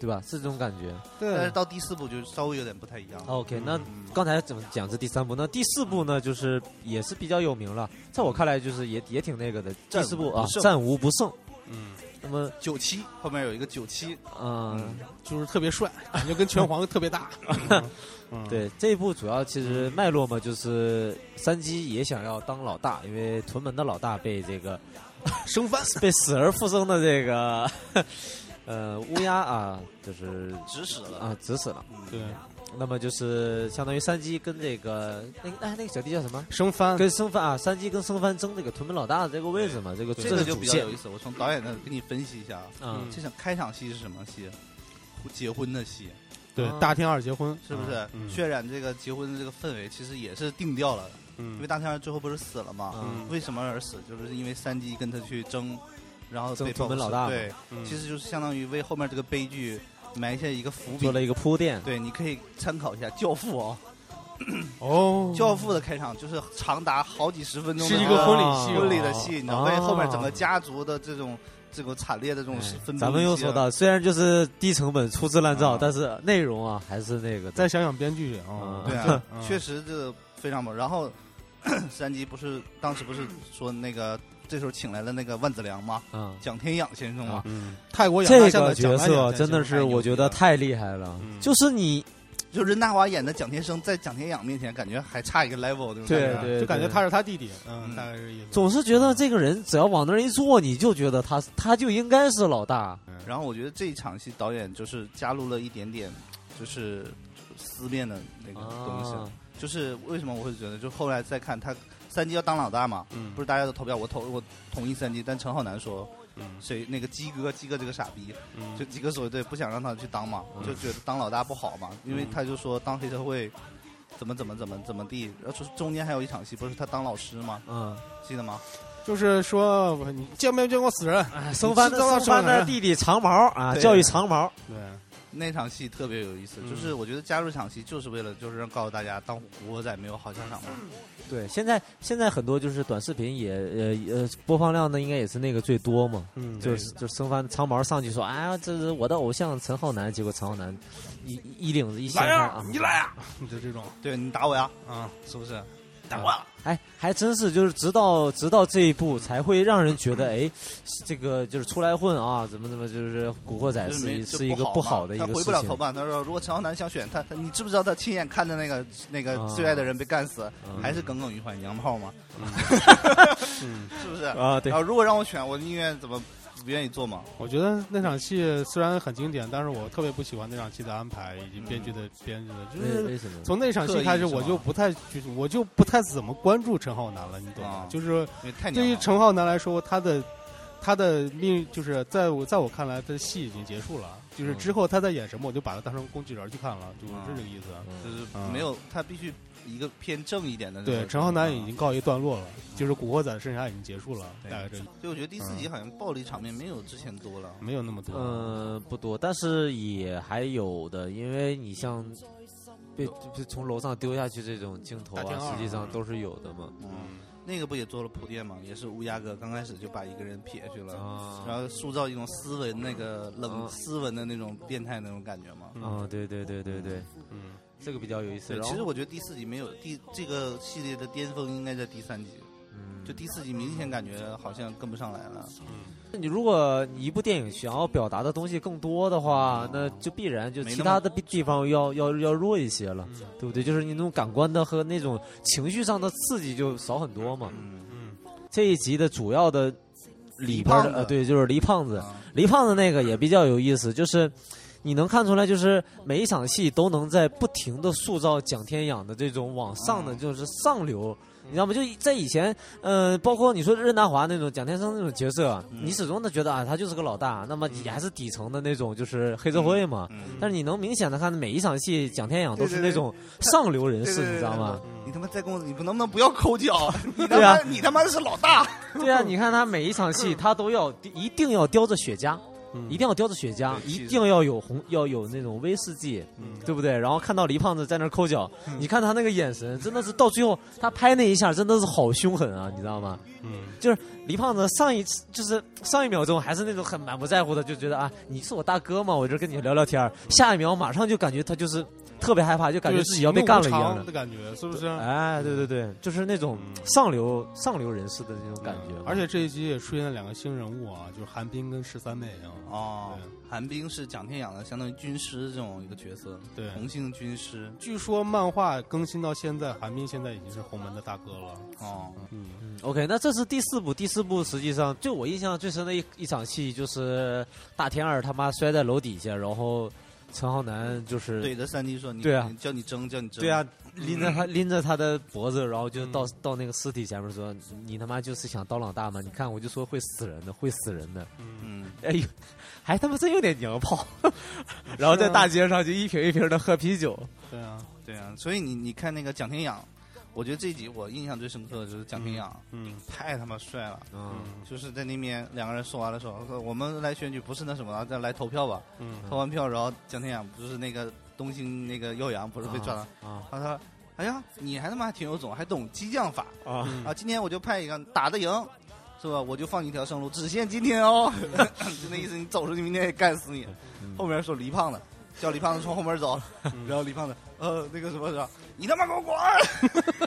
对吧？是这种感觉。
但
对
是，到第四部就稍微有点不太一样。
OK，
嗯
那刚才怎么讲是第三部，那第四部呢，就是也是比较有名了，在我看来就是也也挺那个的。第
战
四
无
部
不
啊，
胜
战无不胜。
嗯，
那么，
九七后面有一个九七，
嗯，
就是特别帅，感觉跟拳皇特别搭。嗯，
对这一部主要其实
嗯
脉络嘛，就是山鸡也想要当老大，因为屯门的老大被 这个
生番
被死而复生的这个 呃乌鸦啊，就是
指使了。嗯
啊指死了。
对
那么就是相当于山鸡跟这个那个哎那个小弟叫什么？
生
嗯
番
跟生番啊，山鸡跟生番争这个屯门老大的这个位置嘛，这个
这
这
个
是
就
主
比较
线
有意思，我从导演那给你分析一下啊。
啊
嗯
这场开场戏是什么戏？结婚的戏，
对
啊
大天二结婚
是不是、
嗯
渲染这个结婚的这个氛围？其实也是定调了，因
嗯
为大天儿最后不是死了吗？
啊
嗯
为什么而死？就是因为三鸡跟他去争，然后
争
被
屯门
报复
老大嘛
对，
嗯
其实就是相当于为后面这个悲剧埋下一个伏笔
做。了一个铺垫。
对，你可以参考一下《教父》啊、
哦
嗯
《教父》的开场就是长达好几十分钟的
是一
这
个婚礼
啊
戏，
哦婚礼的戏，你知道
啊
为后面整个家族的这种这种惨烈的这种
哎
分崩
咱们又
离析
说
啊
到，虽然就是低成本、粗制滥造
啊，
但是内容啊还是那个的
再想想编剧啊，
对啊
这，嗯
确实这个非常猛。然后 山鸡不是当时不是说那个这时候请来了那个万梓良吗？
嗯，
蒋天养先生嘛，
嗯，泰国养大
这
象
个
的
角色真的
太
是
牛
我
逼
觉得
了
太厉害了，
嗯
就是你
就任达华演的蒋天生，在蒋天养面前感觉还差一个 level，对不
对
对
就感觉他是他弟弟，嗯，
嗯
大概是意思。
总是觉得这个人只要往那儿一坐，你就觉得他他就应该是老大。
然后我觉得这一场戏导演就是加入了一点点，就是思辨的那个东西。
啊
就是为什么我会觉得，就后来再看他三鸡要当老大嘛，
嗯
不是大家都投票，我投我同意三鸡，但陈浩南说
嗯
谁那个鸡哥，鸡哥这个傻逼，
嗯
就鸡哥说对，不想让他去当嘛，
嗯
就觉得当老大不好嘛，因为他就说当黑社会。怎么怎么怎么怎么地？然后就是中间还有一场戏，不是他当老师吗？
嗯，
记得吗？
就是说我你见没见过死人？
哎生番的
知道
生番
说哪
的
儿
弟弟长毛啊，
对
教育长毛，
对，
那场戏特别有意思，
嗯
就是我觉得加入场戏就是为了就是让告诉大家，当古惑仔没有好下场嘛。
对，现在现在很多就是短视频也呃呃播放量呢，应该也是那个最多嘛。
嗯，
就是就是生番长毛上去说，哎呀，这是我的偶像陈浩南，结果陈浩南一一一领子一掀开啊，
呀，就这种
对你打我呀，
啊，
是不是？
哎，还真是，就是直到直到这一步，才会让人 觉得，哎，这个就是出来混啊，怎么怎么，就是古惑仔
就是
哎是
没
一
就是
一个
不
好
好嘛
的一
他
个
回
事
不了头
情。
吧？他说，如果陈浩南想选他，他你知不知道他亲眼看着那个那个
啊
最爱的人被干死，
嗯
还是耿耿于怀娘炮吗？
嗯，
是不是？
啊，对
然，后如果让我选，我宁愿怎么不愿意做嘛？
我觉得那场戏虽然很经典，但是我特别不喜欢那场戏的安排以及编剧的编剧的，就
为
是
为什么？
从那场戏开始，
刻意是吧
我就不太就是我就不太怎么关注陈浩南了，你懂吗
啊？
就是
因为太娘
对于
了。
陈浩南来说，他的他的命就是在我在我看来，他的戏已经结束了，就是
嗯
之后他在演什么，我就把他当成工具人去看了，就是
啊
这个意思。
就是
嗯
没有他必须一个偏正一
嗯
点的那种。啊
对，陈浩南已经告一段落了，就是《古惑仔》的生涯已经结束了，大概这
对，所以我觉得第四集好像暴力场面没有之前多了。
没有那么多。
嗯，不多，但是也还有的，因为你像被被从楼上丢下去这种镜头
大天
啊，
二
实际上都是有的嘛。
嗯，那个不也做了铺垫吗？也是乌鸦哥刚开始就把一个人撇去了，
啊
然后塑造一种斯文那个冷、
嗯
斯文的那种变态那种感觉嘛。
啊，对对对对对，
嗯，
这个比较有意思。
对，
然后
其实我觉得第四集没有第这个系列的巅峰应该在第三集，
嗯
就第四集明显感觉好像跟不上来了。
你如果你一部电影想要表达的东西更多的话，那就必然就
没那么
其
嗯
他的地地方要要要弱一些了，对不对？就是你那种感官的和那种情绪上的刺激就少很多嘛。
嗯，
这一集的主要的
黎
里边的
胖子
呃，对，就是黎胖子，
啊
黎胖子那个也比较有意思，就是你能看出来，就是每一场戏都能在不停的塑造蒋天养的这种往上的，就是上流。
嗯
你知道吗？就在以前，呃，包括你说任达华那种、蒋天生那种角色，
嗯
你始终都觉得啊，他就是个老大，那么也还是底层的那种，就是黑社会嘛。
嗯，
但是你能明显的看，每一场戏蒋天养都是
对对对
那种上流人
对
士，你知道？
对对
吗
对？对你他妈在公司，你不能不能不要抠 脚？你他
对啊
妈你他妈的是老大。
对啊，你看他每一场 戏，他都要一定要叼着雪茄，
嗯
一定要叼着雪茄，
对
一
气
定要有红，要有那种威士忌，
嗯
对不对？然后看到黎胖子在那儿抠脚，你看他那个眼神，真的是到最后他拍那一下，真的是好凶狠啊，你知道吗？
嗯
黎胖子上一次就是上一秒钟还是那种很满不在乎的，就觉得啊你是我大哥嘛，我这跟你聊聊天儿下一秒马上就感觉他就是特别害怕，就感觉自己要被干了一样
就是喜怒无常
的。
的感觉，是不是？
哎，对对对，就是那种上流上流人士的那种感觉
嗯。而且这一集也出现了两个新人物啊，就是韩冰跟十三妹啊。
哦，韩冰是蒋天养的，相当于军师这种一个角色，
对，
嗯
红杏军师。
据说漫画更新到现在，韩冰现在已经是红门的大哥了。
哦，
嗯，
嗯 OK，那这是第四部，第四部实际上就我印象最深的一一场戏就是大天二他妈摔在楼底下，然后陈浩南就是
对着三弟说你，
对啊
你叫你争，叫你争。
对啊，，拎着他拎着他的脖子，然后就到、到那个尸体前面说：“你他妈就是想当老大吗？你看我就说会死人的，会死人的。
嗯，”
哎呦，还他妈真有点娘炮。然后在大街上就一瓶一瓶的喝啤酒。
对啊，
对啊，所以你你看那个蒋天养，我觉得这一集我印象最深刻的就是蒋天养，
嗯
太他妈帅了。
嗯
就是在那边两个人说完了说，说我们来选举不是那什么了，再来投票吧。
嗯
投完票，然后蒋天养不是那个东兴那个耀阳不是被抓了，
啊
然后他说。哎呀，你还他妈还挺有种，还懂激将法
啊
啊！今天我就派一个打得赢，是吧？我就放你一条生路，只限今天哦。就那意思，你走出去，明天也干死你。后面说黎胖子，叫黎胖子从后门走，然后黎胖子呃那个什么是吧？你他妈给我滚！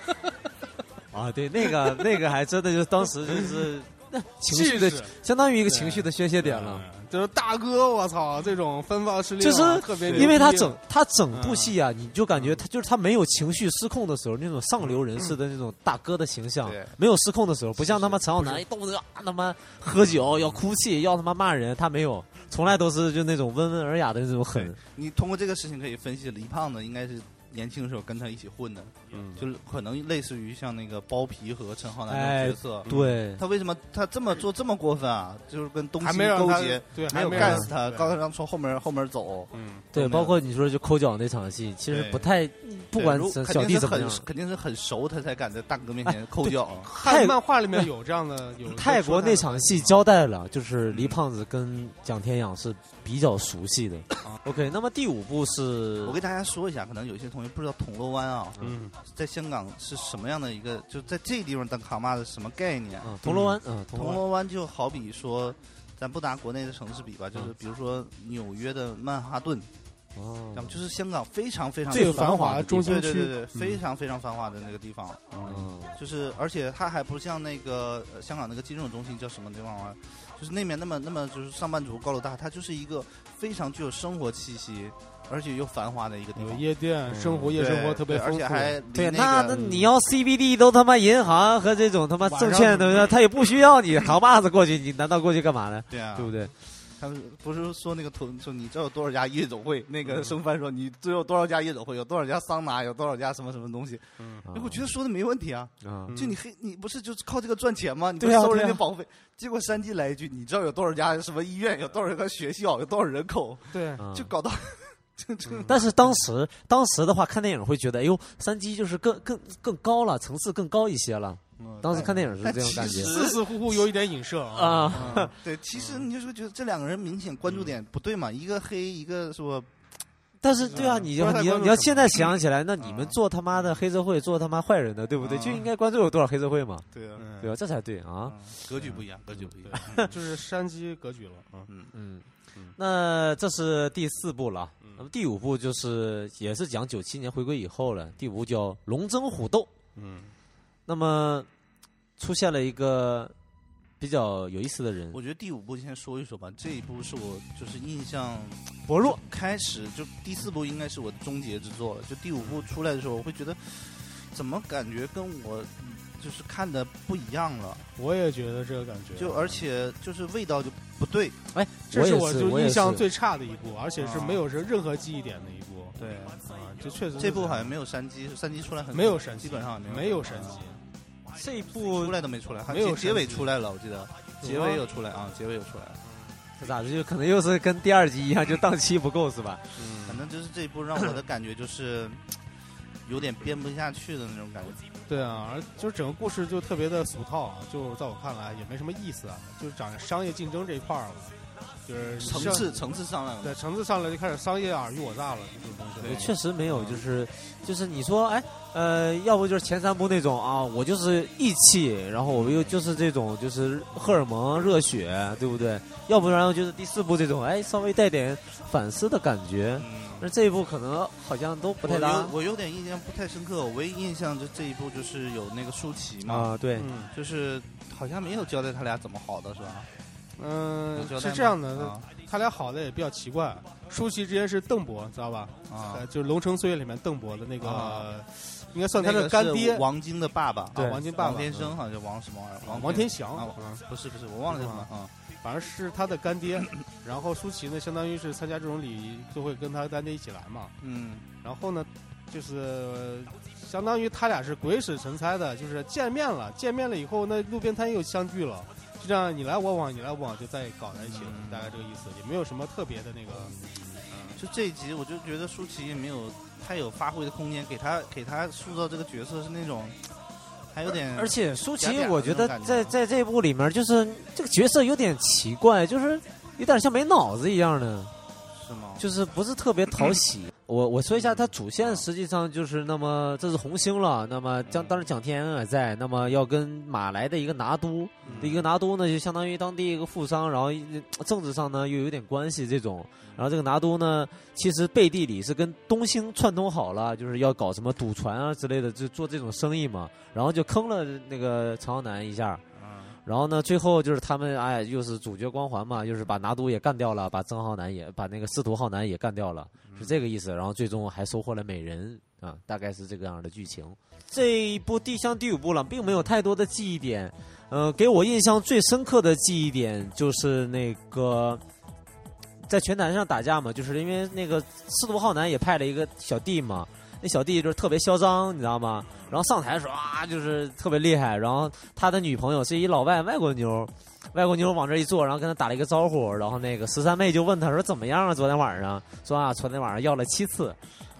啊，对，那个那个还真的就是当时就是那情绪
气
的
势，
相当于一个情绪的宣泄点了。
嗯就是大哥，我操，这种分发
啊
失利
就是
特别牛逼，
因为他整他整部戏啊，你就感
嗯
觉他就是他没有情绪失控的时候，那种上流人士的那种大哥的形象
对，
没有失控的时候，不像他妈陈浩南一动不动啊他妈喝酒要哭泣要他妈骂人，他没有，从来都是就那种温文尔雅的那种狠。
你通过这个事情可以分析，黎胖子应该是年轻的时候跟他一起混的，
嗯
就可能类似于像那个包皮和陈浩
哎
南这种角色。
对，
他为什么他这么做这么过分啊？就是跟东
还
西
没让
勾
他
结，，
对，还
没有
没
干
让
死他，
对
刚才让从后门后门走。
嗯，
对，
没有
包括你说就抠脚那场戏，其实
对
不太不管
对如肯
小
定
弟
是
怎么样
很，肯定是很熟，他才敢在大哥面 前啊抠脚。
看漫画里面有这样的有
泰国那场戏
教
交代了，就是
嗯
黎胖子跟蒋天养是比较熟悉的。OK，那么第五部是
啊我给大家说一下，可能有些同学不知道铜锣湾啊，
嗯，
在香港是什么样的一个，就在这地方当扛把子是什么概念？啊
嗯铜锣湾，嗯，
铜
铜锣湾，
锣湾就好比说，咱不拿国内的城市比吧，
嗯
就是比如说纽约的曼哈顿，
哦
那么就是香港非常非常
最
繁
繁华的中心
对
区嗯
对对对，非常非常繁华的那个地方，
嗯
就是而且它还不像那个、呃香港那个金融中心叫什么地方啊，就是那面那么那么就是上班族高楼大，它就是一个非常具有生活气息，而且又繁华的一个地
有
方。
夜店，生活夜
嗯对
生活特别
对
丰富，
而且还
对，
离
那
个
那你要 CBD 都他妈银行和这种他妈
晚
证
上
券对不对？他也不需要你扛把子过去，你难道过去干嘛呢？
对啊
对，不对？
他们不是说那个同说你这有多少家夜总会？那
嗯
个生番说你这有多少家夜总会？有多少家桑拿？有多少家什么什么东西？
嗯
哎我觉得说的没问题啊，
得啊，
就你黑你不是就是靠这个赚钱吗？你不
对啊
收人
对
家
啊
保费？结果山鸡来一句，你知道有多少家什么医院？有多少个学校？有多少人口？
对，
嗯
就搞到就就
但是当时当时的话，看电影会觉得，哎呦，三 G 就是更更更高了，层次更高一些了。嗯当时看电影是这种
但
感觉
其实
四四乎乎有一点影射啊，
嗯
啊，
对，其实你就是觉得这两个人明显关注点不对嘛，一个黑，一个说
嗯但是对啊，你
不
要
知道
你
在
要
关注
你要
什么
现在想起来，那你们
啊
做他妈的黑社会，做他妈坏人的，对不对？
啊
就应该关注有多少黑社会嘛，
对啊，
对吧？这才对啊。
嗯格局不一样，格局不一样。
就是山鸡格局了啊，
嗯，那这是第四部了，
嗯
那么第五部就是也是讲九七年回归以后了，第五部叫《龙争虎斗》。
嗯，
那么出现了一个比较有意思的人，
我觉得第五部先说一说吧，这一部是我就是印象
薄弱。
开始就第四部应该是我的终结之作了。就第五部出来的时候，我会觉得怎么感觉跟我就是看的不一样了，
我也觉得这个感觉，啊
就而且就是味道就不对。
哎，
这是
我也是
就
我也
印象
是
最差的一部，而且是
啊
没有任任何记忆点的一部
对，
啊，这确实是
这部好像没有山鸡，山鸡出来很
没有神机，
基本上也
没有神机，
啊
这一
出
部
来都没出来，
没
结
有山鸡
结尾出来了，我记得结尾有出来啊，结尾有出来，
这咋的？就可能又是跟第二集一样，就档期不够是吧？
反正就是这一部让我的感觉就是有点编不下去的那种感觉。
对啊，而就是整个故事就特别的俗套啊，就是在我看来也没什么意思啊，就是讲商业竞争这一块儿了，就是
层
上
次层次上来了，嗯
对层次上来就开始商业尔虞我诈了，这种东西
对
确实没有，就是就是你说，哎，呃，要不就是前三部那种啊，我就是义气，然后我又就是这种就是荷尔蒙热血，对不对？要不然就是第四部这种，哎，稍微带点反思的感觉。
嗯。
那这一部可能好像都不太
我
搭
有我有点印象不太深刻，我唯一印象就这一部就是有那个舒淇嘛，
啊，对，
嗯
就是好像没有交代他俩怎么好的是吧？有
嗯、
交代
是
吗
这样的，
啊
他俩好的也比较奇怪。舒淇之前是邓博，知道吧？
啊
呃，，就是《龙城岁月》里面邓博的那个，
啊
应该算他的干
那个
爹
是王晶的爸爸，
对
啊，王晶爸爸
王天生好像叫王什么玩意儿，
王
王
天祥
啊
嗯
不是不是，我忘了叫什么啊，
反正是他的干爹。 然后舒淇呢，相当于是参加这种礼仪，就会跟他干爹一起来嘛。
嗯，
然后呢，就是呃相当于他俩是鬼使神差的，就是见面了，见面了以后，那路边摊又相聚了，就这样你来我往，你来我往，就再搞在一起了，
嗯
大概这个意思，也没有什么特别的那个。
就这一集我就觉得舒淇也没有太有发挥的空间，给他给他塑造这个角色是那种还有点，
而且舒
假
淇
假的，
我觉
那种
得
感觉
在在这部里面，就是这个角色有点奇怪，就是有点像没脑子一样的，
是吗？嗯
就是不是特别讨喜。我我说一下，它主线实际上就是那么这是红星了，那么将当时蒋天恩也在，那么要跟马来的一个拿督，一个拿督呢就相当于当地一个富商，然后一政治上呢又有点关系这种，然后这个拿督呢其实背地里是跟东兴串通好了，就是要搞什么赌船啊之类的，就做这种生意嘛，然后就坑了那个常浩南一下。然后呢，最后就是他们哎，又是主角光环嘛，就是把拿督也干掉了，把曾浩南也把那个司徒浩南也干掉了，是这个意思。然后最终还收获了美人啊，大概是这个样的剧情。这一部第像第五部了，并没有太多的记忆点。呃，给我印象最深刻的记忆点就是那个在拳坛上打架嘛，就是因为那个司徒浩南也派了一个小弟嘛，那小弟就是特别嚣张，你知道吗？然后上台的时候啊，就是特别厉害。然后他的女朋友是一老外外国妞，外国妞往这一坐，然后跟他打了一个招呼。然后那个十三妹就问他说：“怎么样啊？昨天晚上说啊，昨天晚上要了七次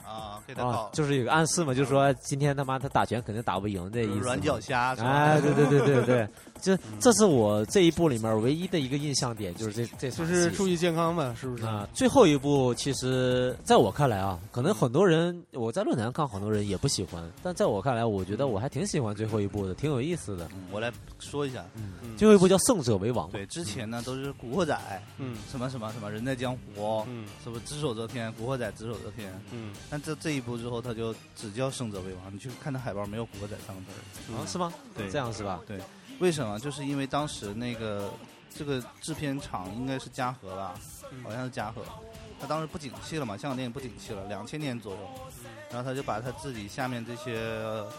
啊，给他
啊
搞，
就是有个暗示嘛，就说今天他妈他打拳肯定打不赢这意思嘛。
软脚虾是吧？
哎，对对对 对对，这这是我这一部里面唯一的一个印象点，就是这这
就
场
是
戏
注意健康嘛，是不是？
啊、最后一部其实在我看来啊，可能很多人我在论坛看，很多人也不喜欢，但在我看来，我觉得我还挺喜欢最后一部的，挺有意思的。
嗯我来说一下，
嗯
最后一部叫《胜者为王》嘛，
对，之前呢都是《古惑仔》
嗯
什么什么什么《人在江湖》，
嗯
什么《只手遮天》《古惑仔》《只手遮天》，
嗯，
但这这一部之后，他就只叫《胜者为王》。你去看他海报，没有“古惑仔”三个字儿。
啊，是吗？
对
这样是吧？
为什么？就是因为当时那个这个制片厂应该是嘉禾吧，好像是嘉禾，他当时不景气了嘛，香港电影不景气了，两千年左右，然后他就把他自己下面这些呃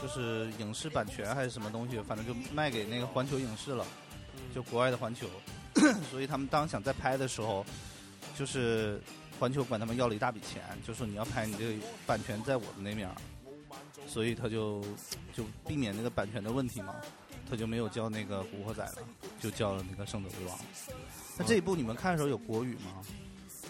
就是影视版权还是什么东西，反正就卖给那个环球影视了，就国外的环球， 所以他们当想再拍的时候，就是环球管他们要了一大笔钱，就说你要拍你这个版权在我们那面儿。所以他就就避免那个版权的问题嘛，他就没有叫那个《古惑仔》了，就叫了那个《胜者为王》。那这一部你们看的时候有国语吗？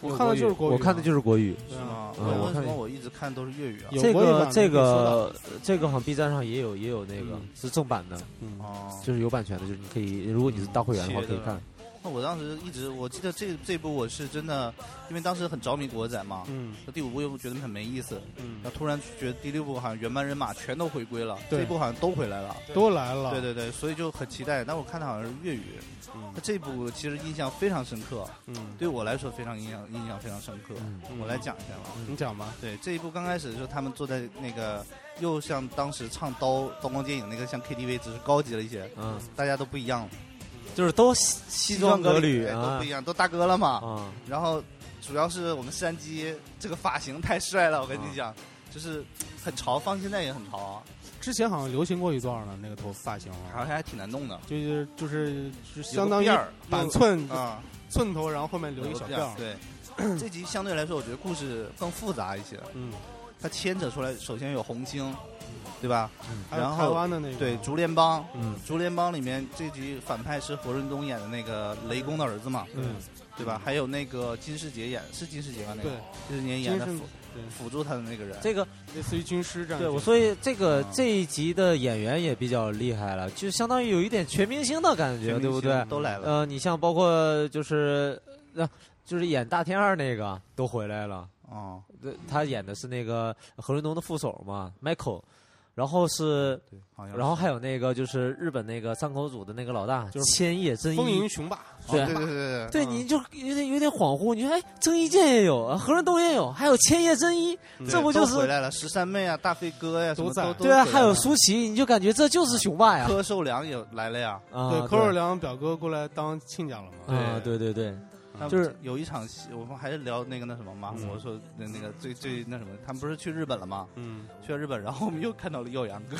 我看的就是国语啊，
我看的就是国语。
对
是
啊
吗？我
嗯我
为
看
什么我一直看都是粤语啊？
有
这
国语版
个
的
这
可
个这个好像 B 站上也有也有那个、
嗯
是正版的，
哦，
就是有版权的，就是你可以，如果你是大会员的话
切
可
的
以看。
那我当时一直我记得这这部我是真的，因为当时很着迷《古惑仔》嘛。
嗯
那第五部又觉得很没意思，
嗯
然后突然觉得第六部好像原班人马全都回归了，
对
这一部好像都回来了。
都来了，
对对对，所以就很期待。但我看的好像是粤语，
嗯
那这部其实印象非常深刻，
嗯，
对我来说非常印象印象非常深刻。
嗯
我来讲一下吧。
你讲吧，
对这一部刚开始的时候，他们坐在那个又像当时唱刀刀光剑影那个像 KTV，只是高级了一些，
嗯，
大家都不一样了，
就是都西西装革履
哎都
啊
不一样，都大哥了嘛。
啊，
然后主要是我们山鸡这个发型太帅了，我
哦
跟你讲，就是很潮，放现在也很潮啊，
之前好像流行过一段呢，那个头发型啊，
好像还挺难弄的，
就是就是就是
有
相
个
当于
辫儿
板寸
啊，
寸头，然后后面留
有
一
个
小
辫
辫
儿。
儿，
对，这集相对来说，我觉得故事更复杂一些，
嗯，
它牵扯出来，首先有红星，对吧？
还有
然后
台湾的那个
对，竹联帮。
嗯
《竹联帮》里面这集反派是何润东演的那个雷公的儿子嘛，
嗯，
对吧？还有那个金世杰演是金世杰吧？那个
对，
金世杰演
金
的
是
辅辅助他的那个人，
这个
类似于军师这样的角
对，
色。
我所以这个
啊
这一集的演员也比较厉害了，就相当于有一点全明星的感
全
觉，
明
对不
星
对？
都来了，
呃，你像包括就是那、就是演大天二那个都回来了，
哦，
呃他演的是那个何润东的副手嘛，Michael，然后是
对，好像是。
然后还有那个就是日本那个山口组的那个老大，
就是
千叶真
风
一
云，雄霸，
哦对
对。
对对对对，
对，你就有点有点恍惚，你说哎，郑伊健也有，何润东也有，还有千叶真一，这不
嗯
就
都回
是
来了？十三妹啊，大飞哥呀，什么
都在
都
对
都回来
啊？
了
还有舒淇，你就感觉这就是雄霸呀！
柯受良也来了呀。
啊，
对，柯受良表哥过来当亲家了
嗯
嘛，
啊，对对对，
他们
就是嗯
有一场戏，我们还是聊那个那什么嘛，我说那那个最最那什么，他们不是去日本了吗？
嗯，
去了日本，然后我们又看到了耀阳 哥，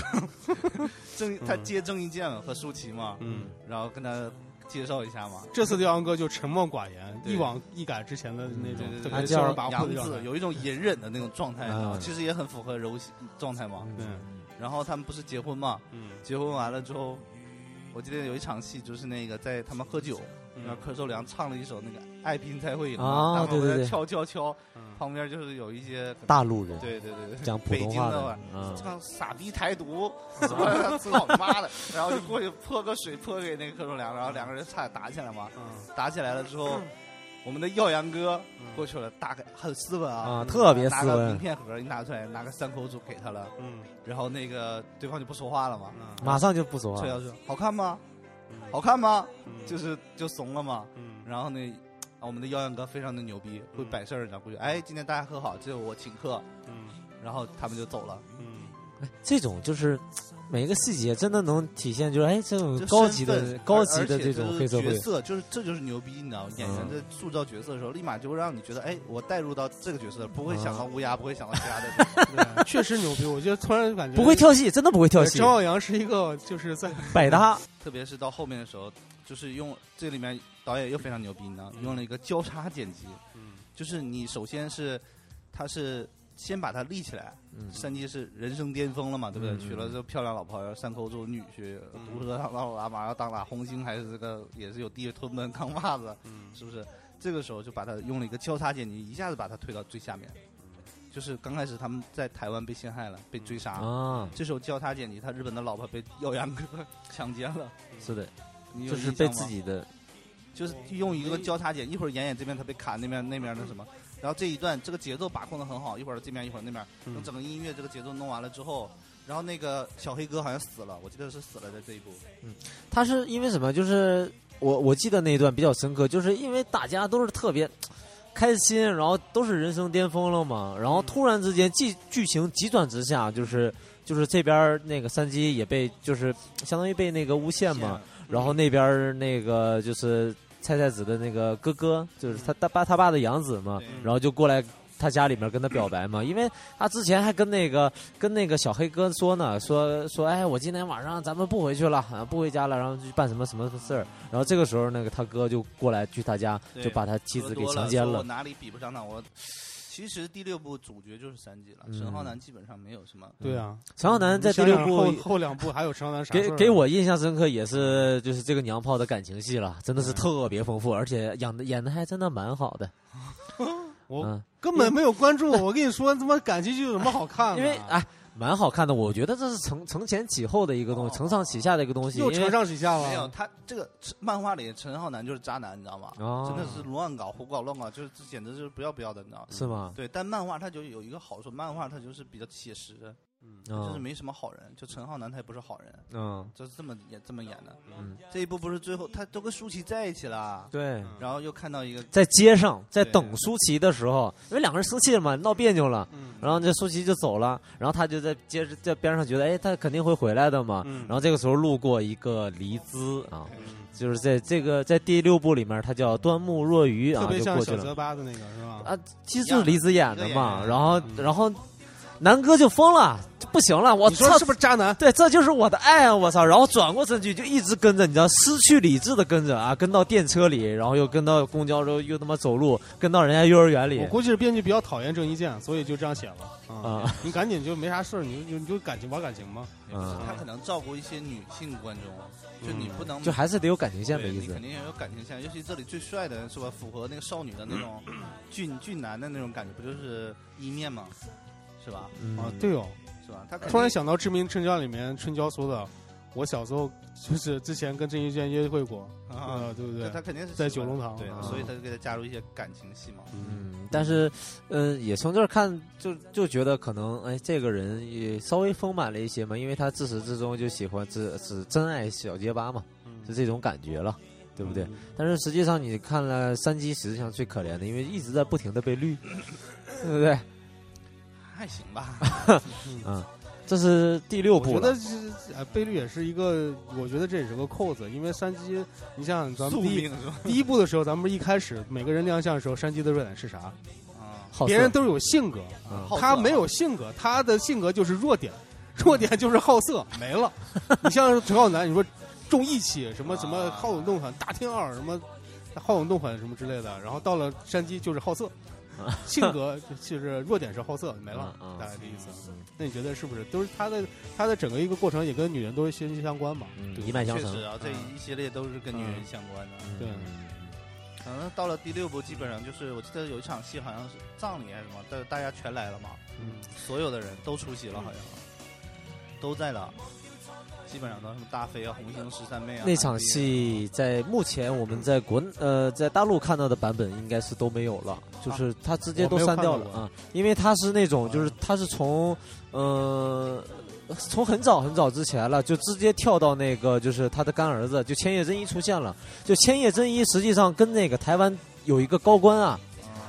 郑
嗯
他接郑伊健和舒淇嘛，
嗯，
然后跟他介绍一下嘛。
这次的杨哥就沉默寡言，
对
一往一改之前的那
对
种
对
特
对，
别
他
嚣
叫
张跋扈
杨
的
紫
状态。
有一种隐忍的那种状态，你知道吗
嗯
其实也很符合柔性状态嘛。
对，
然后他们不是结婚嘛？
嗯
结婚完了之后，我记得有一场戏就是那个在他们喝酒，
嗯
然后柯受良唱了一首那个《爱拼才会赢》嘛，
啊
然后
对对对
敲敲敲，
嗯
旁边就是有一些
大陆人
对对对对。
讲普通话的
北，
嗯，
唱傻逼台独，什么操你妈的！ 然后就过去泼个水泼给那个柯受良，然后两个人差点打起来嘛。
嗯
打起来了之后，我们的耀阳哥
嗯
过去了，大概很斯文啊，
啊，特别
拿
斯
个
文
冰，片盒你拿出来，拿个三口组给他了，
嗯
然后那个对方就不说话了嘛，
嗯
马上就不说
崔
话。
瑶说好看吗？
嗯
好看吗？
嗯
就是就怂了嘛。
嗯
然后呢，啊我们的耀阳哥非常的牛逼，会
嗯
摆事儿，然后过去，哎，今天大家喝好，这我请客，
嗯
然后他们就走了，
嗯
这种就是每个细节真的能体现，就是哎，这种
就
高
身
级
份
的
而
高级的
而且
这
就
种
是
黑社
角
会，
色，就是这就是牛逼，你知道吗？演员
嗯
在塑造角色的时候，立马就会让你觉得，哎，我带入到这个角色，不会想
嗯
到乌鸦，不会想到其他 的地方。
对确实牛逼，我就突然感觉
不会跳戏，真的不会跳
对
戏
张，耀扬是一个就是在
百搭。
特别是到后面的时候，就是用这里面导演又非常牛逼呢，
嗯
用了一个交叉剪辑，
嗯
就是你首先是他是先把他立起来，
嗯
山鸡是人生巅峰了嘛，对不对？
嗯
娶了这漂亮老婆，然后山口组女婿，
嗯
毒舌当老喇嘛，然后当打红星还是这个也是有地位，吞门扛把子，
嗯
是不是？这个时候就把他用了一个交叉剪辑，一下子把他推到最下面。就是刚开始他们在台湾被陷害了，被追杀。
啊，
这时候交叉剪辑，他日本的老婆被耀阳哥强奸了，
是的，
你有
就是
印
被
象吗
自己的
就是用一个交叉剪，一会儿演演这边他被砍那边那边那什么，然后这一段这个节奏把控的很好，一会儿这边一会儿那边，
嗯
等整个音乐这个节奏弄完了之后，然后那个小黑哥好像死了，我记得是死了在这一部，
他是因为什么？就是我我记得那一段比较深刻，就是因为大家都是特别开心，然后都是人生巅峰了嘛，然后突然之间剧剧情急转直下，就是就是这边儿那个山鸡也被就是相当于被那个诬陷
啊
嘛，然后那边儿那个就是菜菜子的那个哥哥，就是他他爸他爸的养子嘛，
嗯对
然后就过来他家里面跟他表白嘛，因为他之前还跟那个跟那个小黑哥说呢，说说哎，我今天晚上咱们不回去了，啊不回家了，然后去办什么什么事儿，然后这个时候那个他哥就过来去他家，
对
就把他妻
喝
子给
多
强奸
说
了
我，哪里比不上他？我其实第六部主角就是三季了，
嗯
沈浩南基本上没有什么。
对啊，
陈浩南在第
想
六
想
部
后后两部还有陈浩南啥
给
事儿啊
给我印象深刻也是就是这个娘炮的感情戏了，真的
嗯
是特别丰富，而且演的演的还真的蛮好的，
我
嗯。
根本没有关注，我跟你说，他妈感情剧有什么好看的？
因为哎，蛮好看的，我觉得这是承承前启后的一个东西，承上启下的一个东西。
哦又
因为
承上启下了，
没
哦
有他这个漫画里陈浩南就是渣男，你知道吗？
啊，
真的是乱搞、胡搞、乱搞，就是这简直就是不要不要的，你知道吗？
是吗？
对，但漫画它就有一个好处，漫画它就是比较写实，就是
嗯
没什么好人，就陈浩南他也不是好人，
嗯
就是这么演这么演的。
嗯，
这一部不是最后他都跟舒淇在一起了，
对。
嗯
然后又看到一个，
在街上，在
对
等舒淇的时候，因为两个人生气了嘛，闹别扭了，
嗯
然后这舒淇就走了，然后他就在街在边上觉得，哎，他肯定会回来的嘛。
嗯
然后这个时候路过一个黎姿啊，就是在这个在第六部里面，他叫端木若愚
特
啊，
别
就
像
过去
小
了
泽。巴的那个是吧？
啊，其实就是黎姿演的嘛，
一个演员
然后
嗯
然后南哥就疯了，就不行了，我
你
操
说！是不是渣男？
对，这就是我的爱啊！我操！然后转过身去就一直跟着，你知道，失去理智的跟着啊，跟到电车里，然后又跟到公交，然后又他妈走路，跟到人家幼儿园里
我。估计是编剧比较讨厌郑伊健，所以就这样写了。啊，
啊，
你赶紧就没啥事儿，你就你就感情玩感情嘛。
嗯，
他可能照顾一些女性观众，就你不能
嗯
就还是得有感情线的
对，
意
你
思
肯。定要有感情线，尤其这里最帅的是吧，符合那个少女的那种
嗯
俊俊男的那种感觉，不就是一面吗？是吧？
嗯
啊，对哦，
是吧？他肯定
突然想到《致命春娇》里面春娇说的，我小时候就是之前跟郑伊健约会过，
啊
啊，，对不
对
对
他？肯定是
在
喜
九
欢
龙塘
对
啊，
所以他就给他加入一些感情戏嘛。
嗯，但是，嗯，也从这儿看，就就觉得可能，哎，这个人也稍微丰满了一些嘛，因为他自始至终就喜欢只只真爱小结巴嘛，
嗯
是这种感觉了，对不对？但是实际上，你看了山鸡，实际上最可怜的，因为一直在不停的被绿，对不对？
还行吧，
这是第六
我
部
觉得
了，
是呃，贝律也是一个，我觉得这也是个扣子，因为山鸡，你想想咱
宿
们第一
命是吧？
第一部的时候，咱们不是一开始每个人亮相的时候，山鸡的弱点是啥？
啊，
好色
别人都是有性格，
嗯
好色
嗯他没有性格，他的性格就是弱点，弱点就是好色，没了。你像陈浩南，你说重义气，什么什么
啊
好勇斗狠，大天二什么好勇斗狠什么之类的，然后到了山鸡就是好色，性格就是弱点是好色，没了
嗯嗯，
大概这意思。啊那你觉得是不是都是他的他的整个一个过程也跟女人都是息息相关嘛？
嗯
对
一脉相
确
承
实。啊，这一系列都是跟女人相关的。
嗯
对
然后到了第六部，基本上就是我记得有一场戏，好像是葬礼还是什么，但是大家全来了嘛，
嗯
嗯所有的人都出席了，好像都在了。基本上都什么大飞啊、红星十三妹啊。
那场
海飞
戏在目前我们在国呃在大陆看到的版本应该是都没有了，就是它直接都删掉了
啊我没有看到过
啊，因为它是那种就是它是从呃从很早很早之前了，就直接跳到那个就是他的干儿子就千叶真一出现了，就千叶真一实际上跟那个台湾有一个高官啊。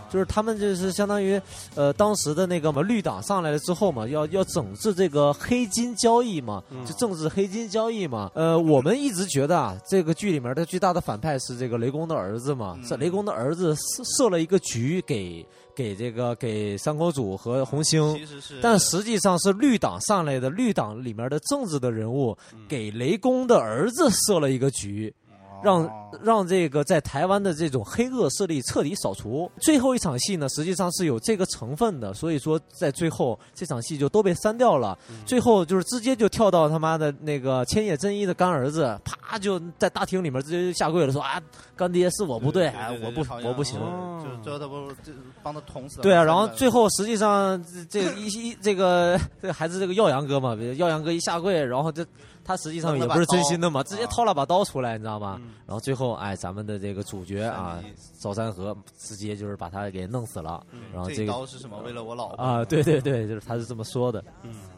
就是他们就是相当于，呃，当时的那个嘛，绿党上来了之后嘛，要要整治这个黑金交易嘛，
嗯
就政治黑金交易嘛。呃，我们一直觉得啊，这个剧里面的最大的反派是这个雷公的儿子嘛，
嗯
这雷公的儿子设设了一个局给给这个给三国主和红星。
其实是，
但实际上是绿党上来的，绿党里面的政治的人物
嗯
给雷公的儿子设了一个局，
哦
让让这个在台湾的这种黑恶势力彻底扫除。最后一场戏呢，实际上是有这个成分的，所以说在最后这场戏就都被删掉了。
嗯
最后就是直接就跳到他妈的那个千叶真一的干儿子，啪就在大厅里面直接就下跪了，说啊，干爹是我不对，
对
哎
对对
我
对
不
好像
我不行。
哦
就是最后他不就帮他捅死了。
对啊，然后最
后
后实际上这这 一一这个这个孩子这个耀阳哥嘛，耀阳哥一下跪，然后这他实际上也不是真啊心的嘛，直接掏了把刀出来，你知道吗？然后最后哎，咱们的这个主角啊，赵山河直接就是把他给弄死了，然后
嗯这
这
一
个
刀是什么？为了我老婆
啊，对对对，就是他是这么说的，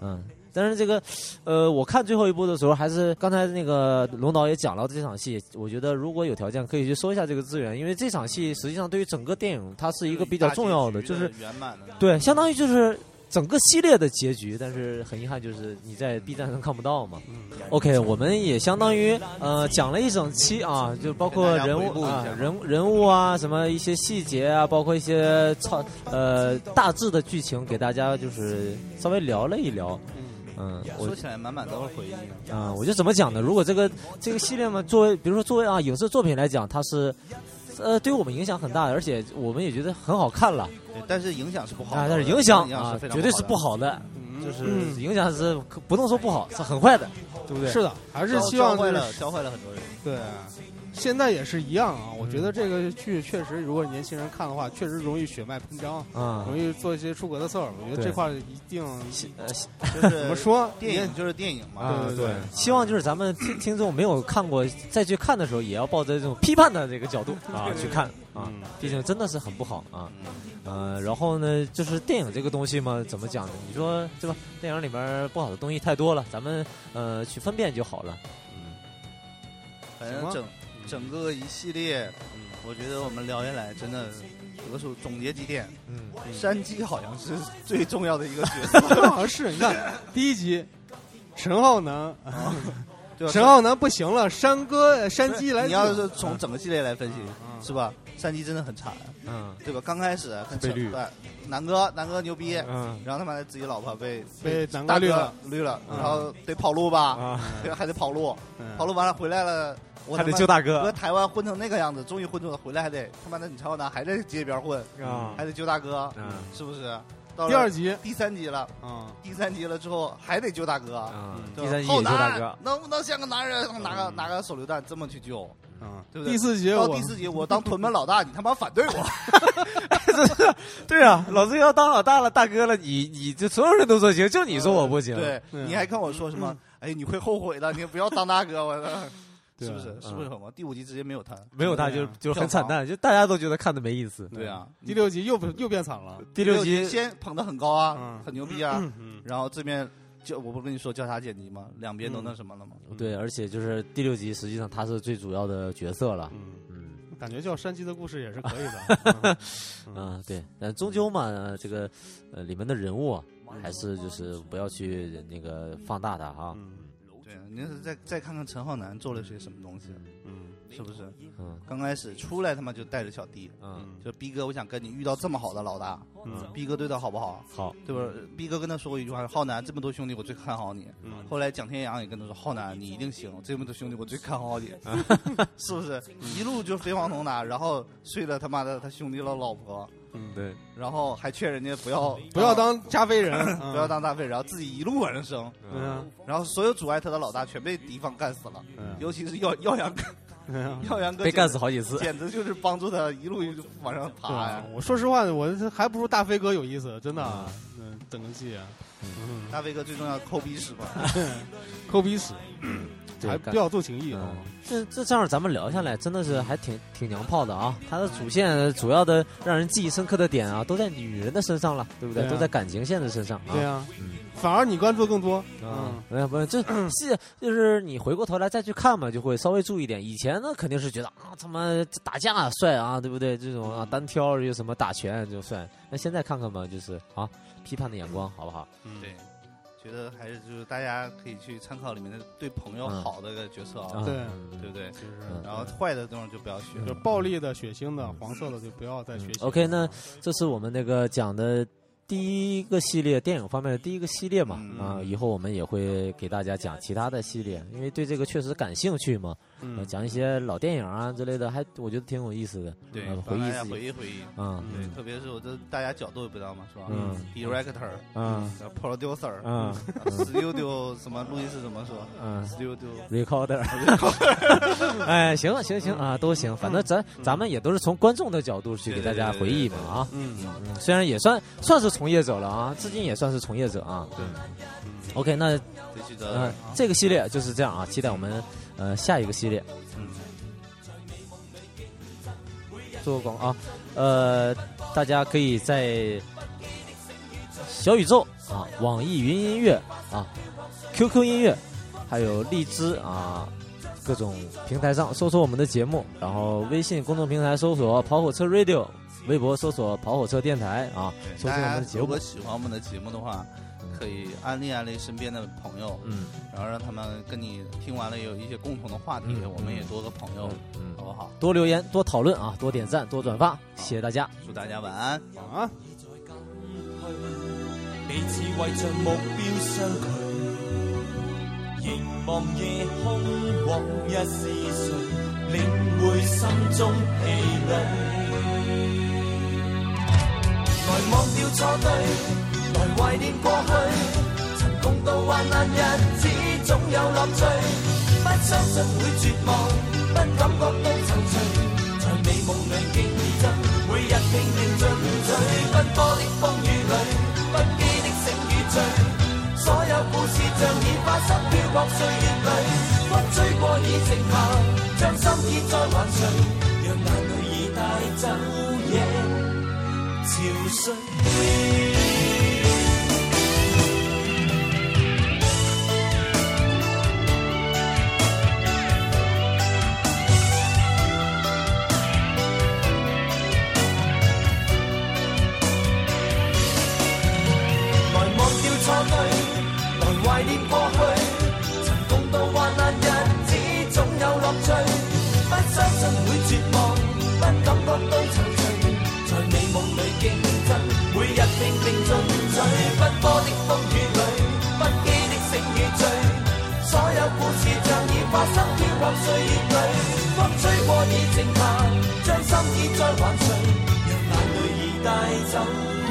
嗯。但是这个，呃，我看最后一部的时候，还是刚才那个龙导也讲了这场戏，我觉得如果有条件可以去搜一下这个资源，因为这场戏实际上对于整个电影它是一个比较重要的，
大结
就
局
是
圆满的。
对，相当于就是整个系列的结局，但是很遗憾就是你在 B 站上看不到嘛。OK，我
嗯
们也相当于呃讲了一整期啊，就包
给
括
大家
人
回顾
物
一下
啊
嘛、
人人物啊，什么一些细节啊，包括一些操呃大致的剧情，给大家就是稍微聊了一聊。嗯，我
说起来满满都是回忆。
啊、我就怎么讲呢？如果这个这个系列嘛，作为比如说作为啊影视作品来讲，它是呃对我们影响很大的，而且我们也觉得很好看了。
对但是影响是不好的，
啊，但是影响
影
啊
是非，常
绝对是不
不好
好的，就是影响是可不能说不好，是很坏嗯的，对不对？
嗯是的，还
的，
是希
教
望
坏
就是
了，教坏了很 多人。
对，现在也是一样啊。我
嗯
觉得这个剧确实，如果年轻人看的话，确实容易血脉喷张，
啊，
容易做一些出格的事儿。我觉得
对
这块儿一定
呃希
就是
怎么说？
电影就是电影嘛，
啊
对对对，
希望就是咱们听听众没有看过，再去看的时候，也要抱着这种批判的这个角度啊去看啊，毕竟真的是很不好啊。呃，然后呢，就是电影这个东西嘛，怎么讲呢？你说对吧？电影里面不好的东西太多了，咱们呃去分辨就好了。
反
行
正
吗
嗯
整整个一系列，嗯我觉得我们聊下来真的。有的时候总结几点，
嗯，
山鸡好像是最重要的一个角 色，
好像是你看第一集，陈浩南，
对吧？
陈浩南不行了，山哥山鸡来
你
自
要是从整个系列来分析，
嗯
是吧？山鸡真的很惨，
嗯
对吧？刚开始很
被绿
惨，哎南哥，南哥牛逼，
嗯
然后他妈的自己老婆被
被南瓜
大
绿
哥
了
绿了，
嗯
然后得跑路吧，
啊，
对吧还得跑路，
嗯
跑路完了回来了，我
还得
他妈
救大
搁
哥
台湾混成那个样子，终于混出了，回来还得他妈的你朝我哪还在街边混，
啊
还得救大哥，
嗯
是不是？到了
第二集
第三集了，
啊，
第三集了之后还得救大哥，
啊，
对吧
第三集也
浩
救大
南
哥，
能不能像个男人拿个拿个手榴弹这么去救，
嗯
对不对
第？四集
到
我
第四集，我当屯门老大，你他妈反对 我，
对啊，老子要当老大了，大哥了，你你这所有人都说行，就你说我不行。
对，
嗯
你还跟我说什么？哎，你会后悔的，你不要当大哥，我操，
对
是
啊
不是？是不是很吗？第五集直接没有他，
没有他
对
就
啊
就很惨淡，就大家都觉得看的没意思。
对啊，
嗯第六集又不又变惨了，
第
第
六集
先捧得很高啊
嗯，
很牛逼啊，
嗯
然后这边就我不跟你说交叉剪辑吗？两边都那什么了吗？
嗯
对，而且就是第六集，实际上他是最主要的角色了。
嗯，
嗯
感觉叫山鸡的故事也是可以 的，嗯
啊，对，但终究嘛，呃这个呃里面的人物啊，还是就是不要去那个放大它啊。
嗯
对，你要是再再看看陈浩南做了些什么东西，
嗯
是不是？
嗯
刚开始出来他妈就带着小弟，
嗯，
就逼哥，我想跟你遇到这么好的老大，
嗯
逼哥对他好不好？
好，
对吧？逼哥跟他说过一句话：“浩南，这么多兄弟，我最看好你。
嗯
后来蒋天阳也跟他说：“浩南，你一定行，这么多兄弟，我最看好你。
嗯
是不是？一路就飞黄腾达，然后睡了他妈的他兄弟的老婆，
嗯，
对，
然后还劝人家不要
不要当加菲 人，嗯
不
不
要，当大费，然后自己一路往上升，
嗯
然后所有阻碍他的老大全被敌方干死了，
嗯
尤其是耀耀阳哥，对
哎
耀阳哥
被干
简
死好几次。
简直就是帮助他一路往上爬呀
吧？。啊我说实话，我还不如大飞哥有意思，真的啊。嗯，整个戏啊，嗯
大飞哥最重要抠鼻屎吧，
抠鼻屎，
对
还
干
比较做情义啊。
嗯，这这这样咱们聊下来，真的是还挺挺娘炮的啊！它的主线主要的让人记忆深刻的点啊，都在女人的身上了，对不对？
对啊
都在感情线的身上啊。
对啊
嗯，
反而你关注更多。
啊
嗯，，
没有没 有，这是就是你回过头来再去看嘛，就会稍微注意点。以前呢，肯定是觉得啊，他妈这打架、帅啊，对不对？这种啊，单挑有什么打拳就帅。那现在看看吧，就是啊，批判的眼光好不好？
嗯
对，觉得还是就是大家可以去参考里面的对朋友好的一个角色
啊
啊，
对
嗯
对不对？
就是
嗯
然后坏的地方就不要学。
就暴力的、血腥的、黄色的就不要再学习。
嗯 OK，那这是我们那个讲的第一个系列电影方面的第一个系列嘛，
嗯
啊，以后我们也会给大家讲其他的系列，因为对这个确实感兴趣嘛，呃
嗯，
讲一些老电影啊之类的，还我觉得挺有意思的，
对
呃，
帮
回
大
忆
家
自
回
己，
忆回忆。
嗯
对，特别是我这大家角度也不知道嘛，是吧
嗯
？Director、
嗯
producer、
嗯
studio 什么路易斯怎么说
嗯
？studio
，recorder，哎，行了行行啊，都行，反正咱咱们也都是从观众的角度去给大家回忆嘛啊，
嗯，
嗯，虽然也算算是从业者了啊，至今也算是从业者啊，对，OK，那
这期
呃
的，
这个系列就是这样啊，期待我们呃下一个系列
嗯，
做广啊，呃，大家可以在小宇宙啊、网易云音乐啊、QQ 音乐，还有荔枝啊。各种平台上搜索我们的节目，然后微信公众平台搜索“跑火车 Radio”，微博搜索“跑火车电台”啊，
对
收听
大
我们
家
的节
如
目
果。喜欢我们的节目的话，可以安利安利身边的朋友，
嗯
然后让他们跟你听完了有一些共同的话题，
嗯
我们也多个朋友，
嗯，
好不好？
多留言，多讨论啊，多点赞，多转发，谢谢大家。
祝大家晚安。
啊。
彼此为着目標相距，凝望夜空往日是誰，領會心中疲累。來忘掉錯對，來懷念過去，曾共度患難日子總有樂趣。不相信會絕望，不感覺到愁緒，在美夢裏競爭，每日拼命進取，奔波的風雨裏。不羁的醒與醉，所有故事像已發生，漂泊歲月裏，風吹過已靜下，將心意再還誰？讓眼淚已帶走夜潮水。來忘掉錯對，來懷念過去，曾共度患難日子總有樂趣。不相信會絕望，不感覺到愁緒，在美夢裏競爭，每日拼命進取。奔波的風雨裏，不羈的醒與醉，所有故事像已發生，飄泊歲月裏，風吹過已靜下，將心意再還誰，讓眼淚已帶走。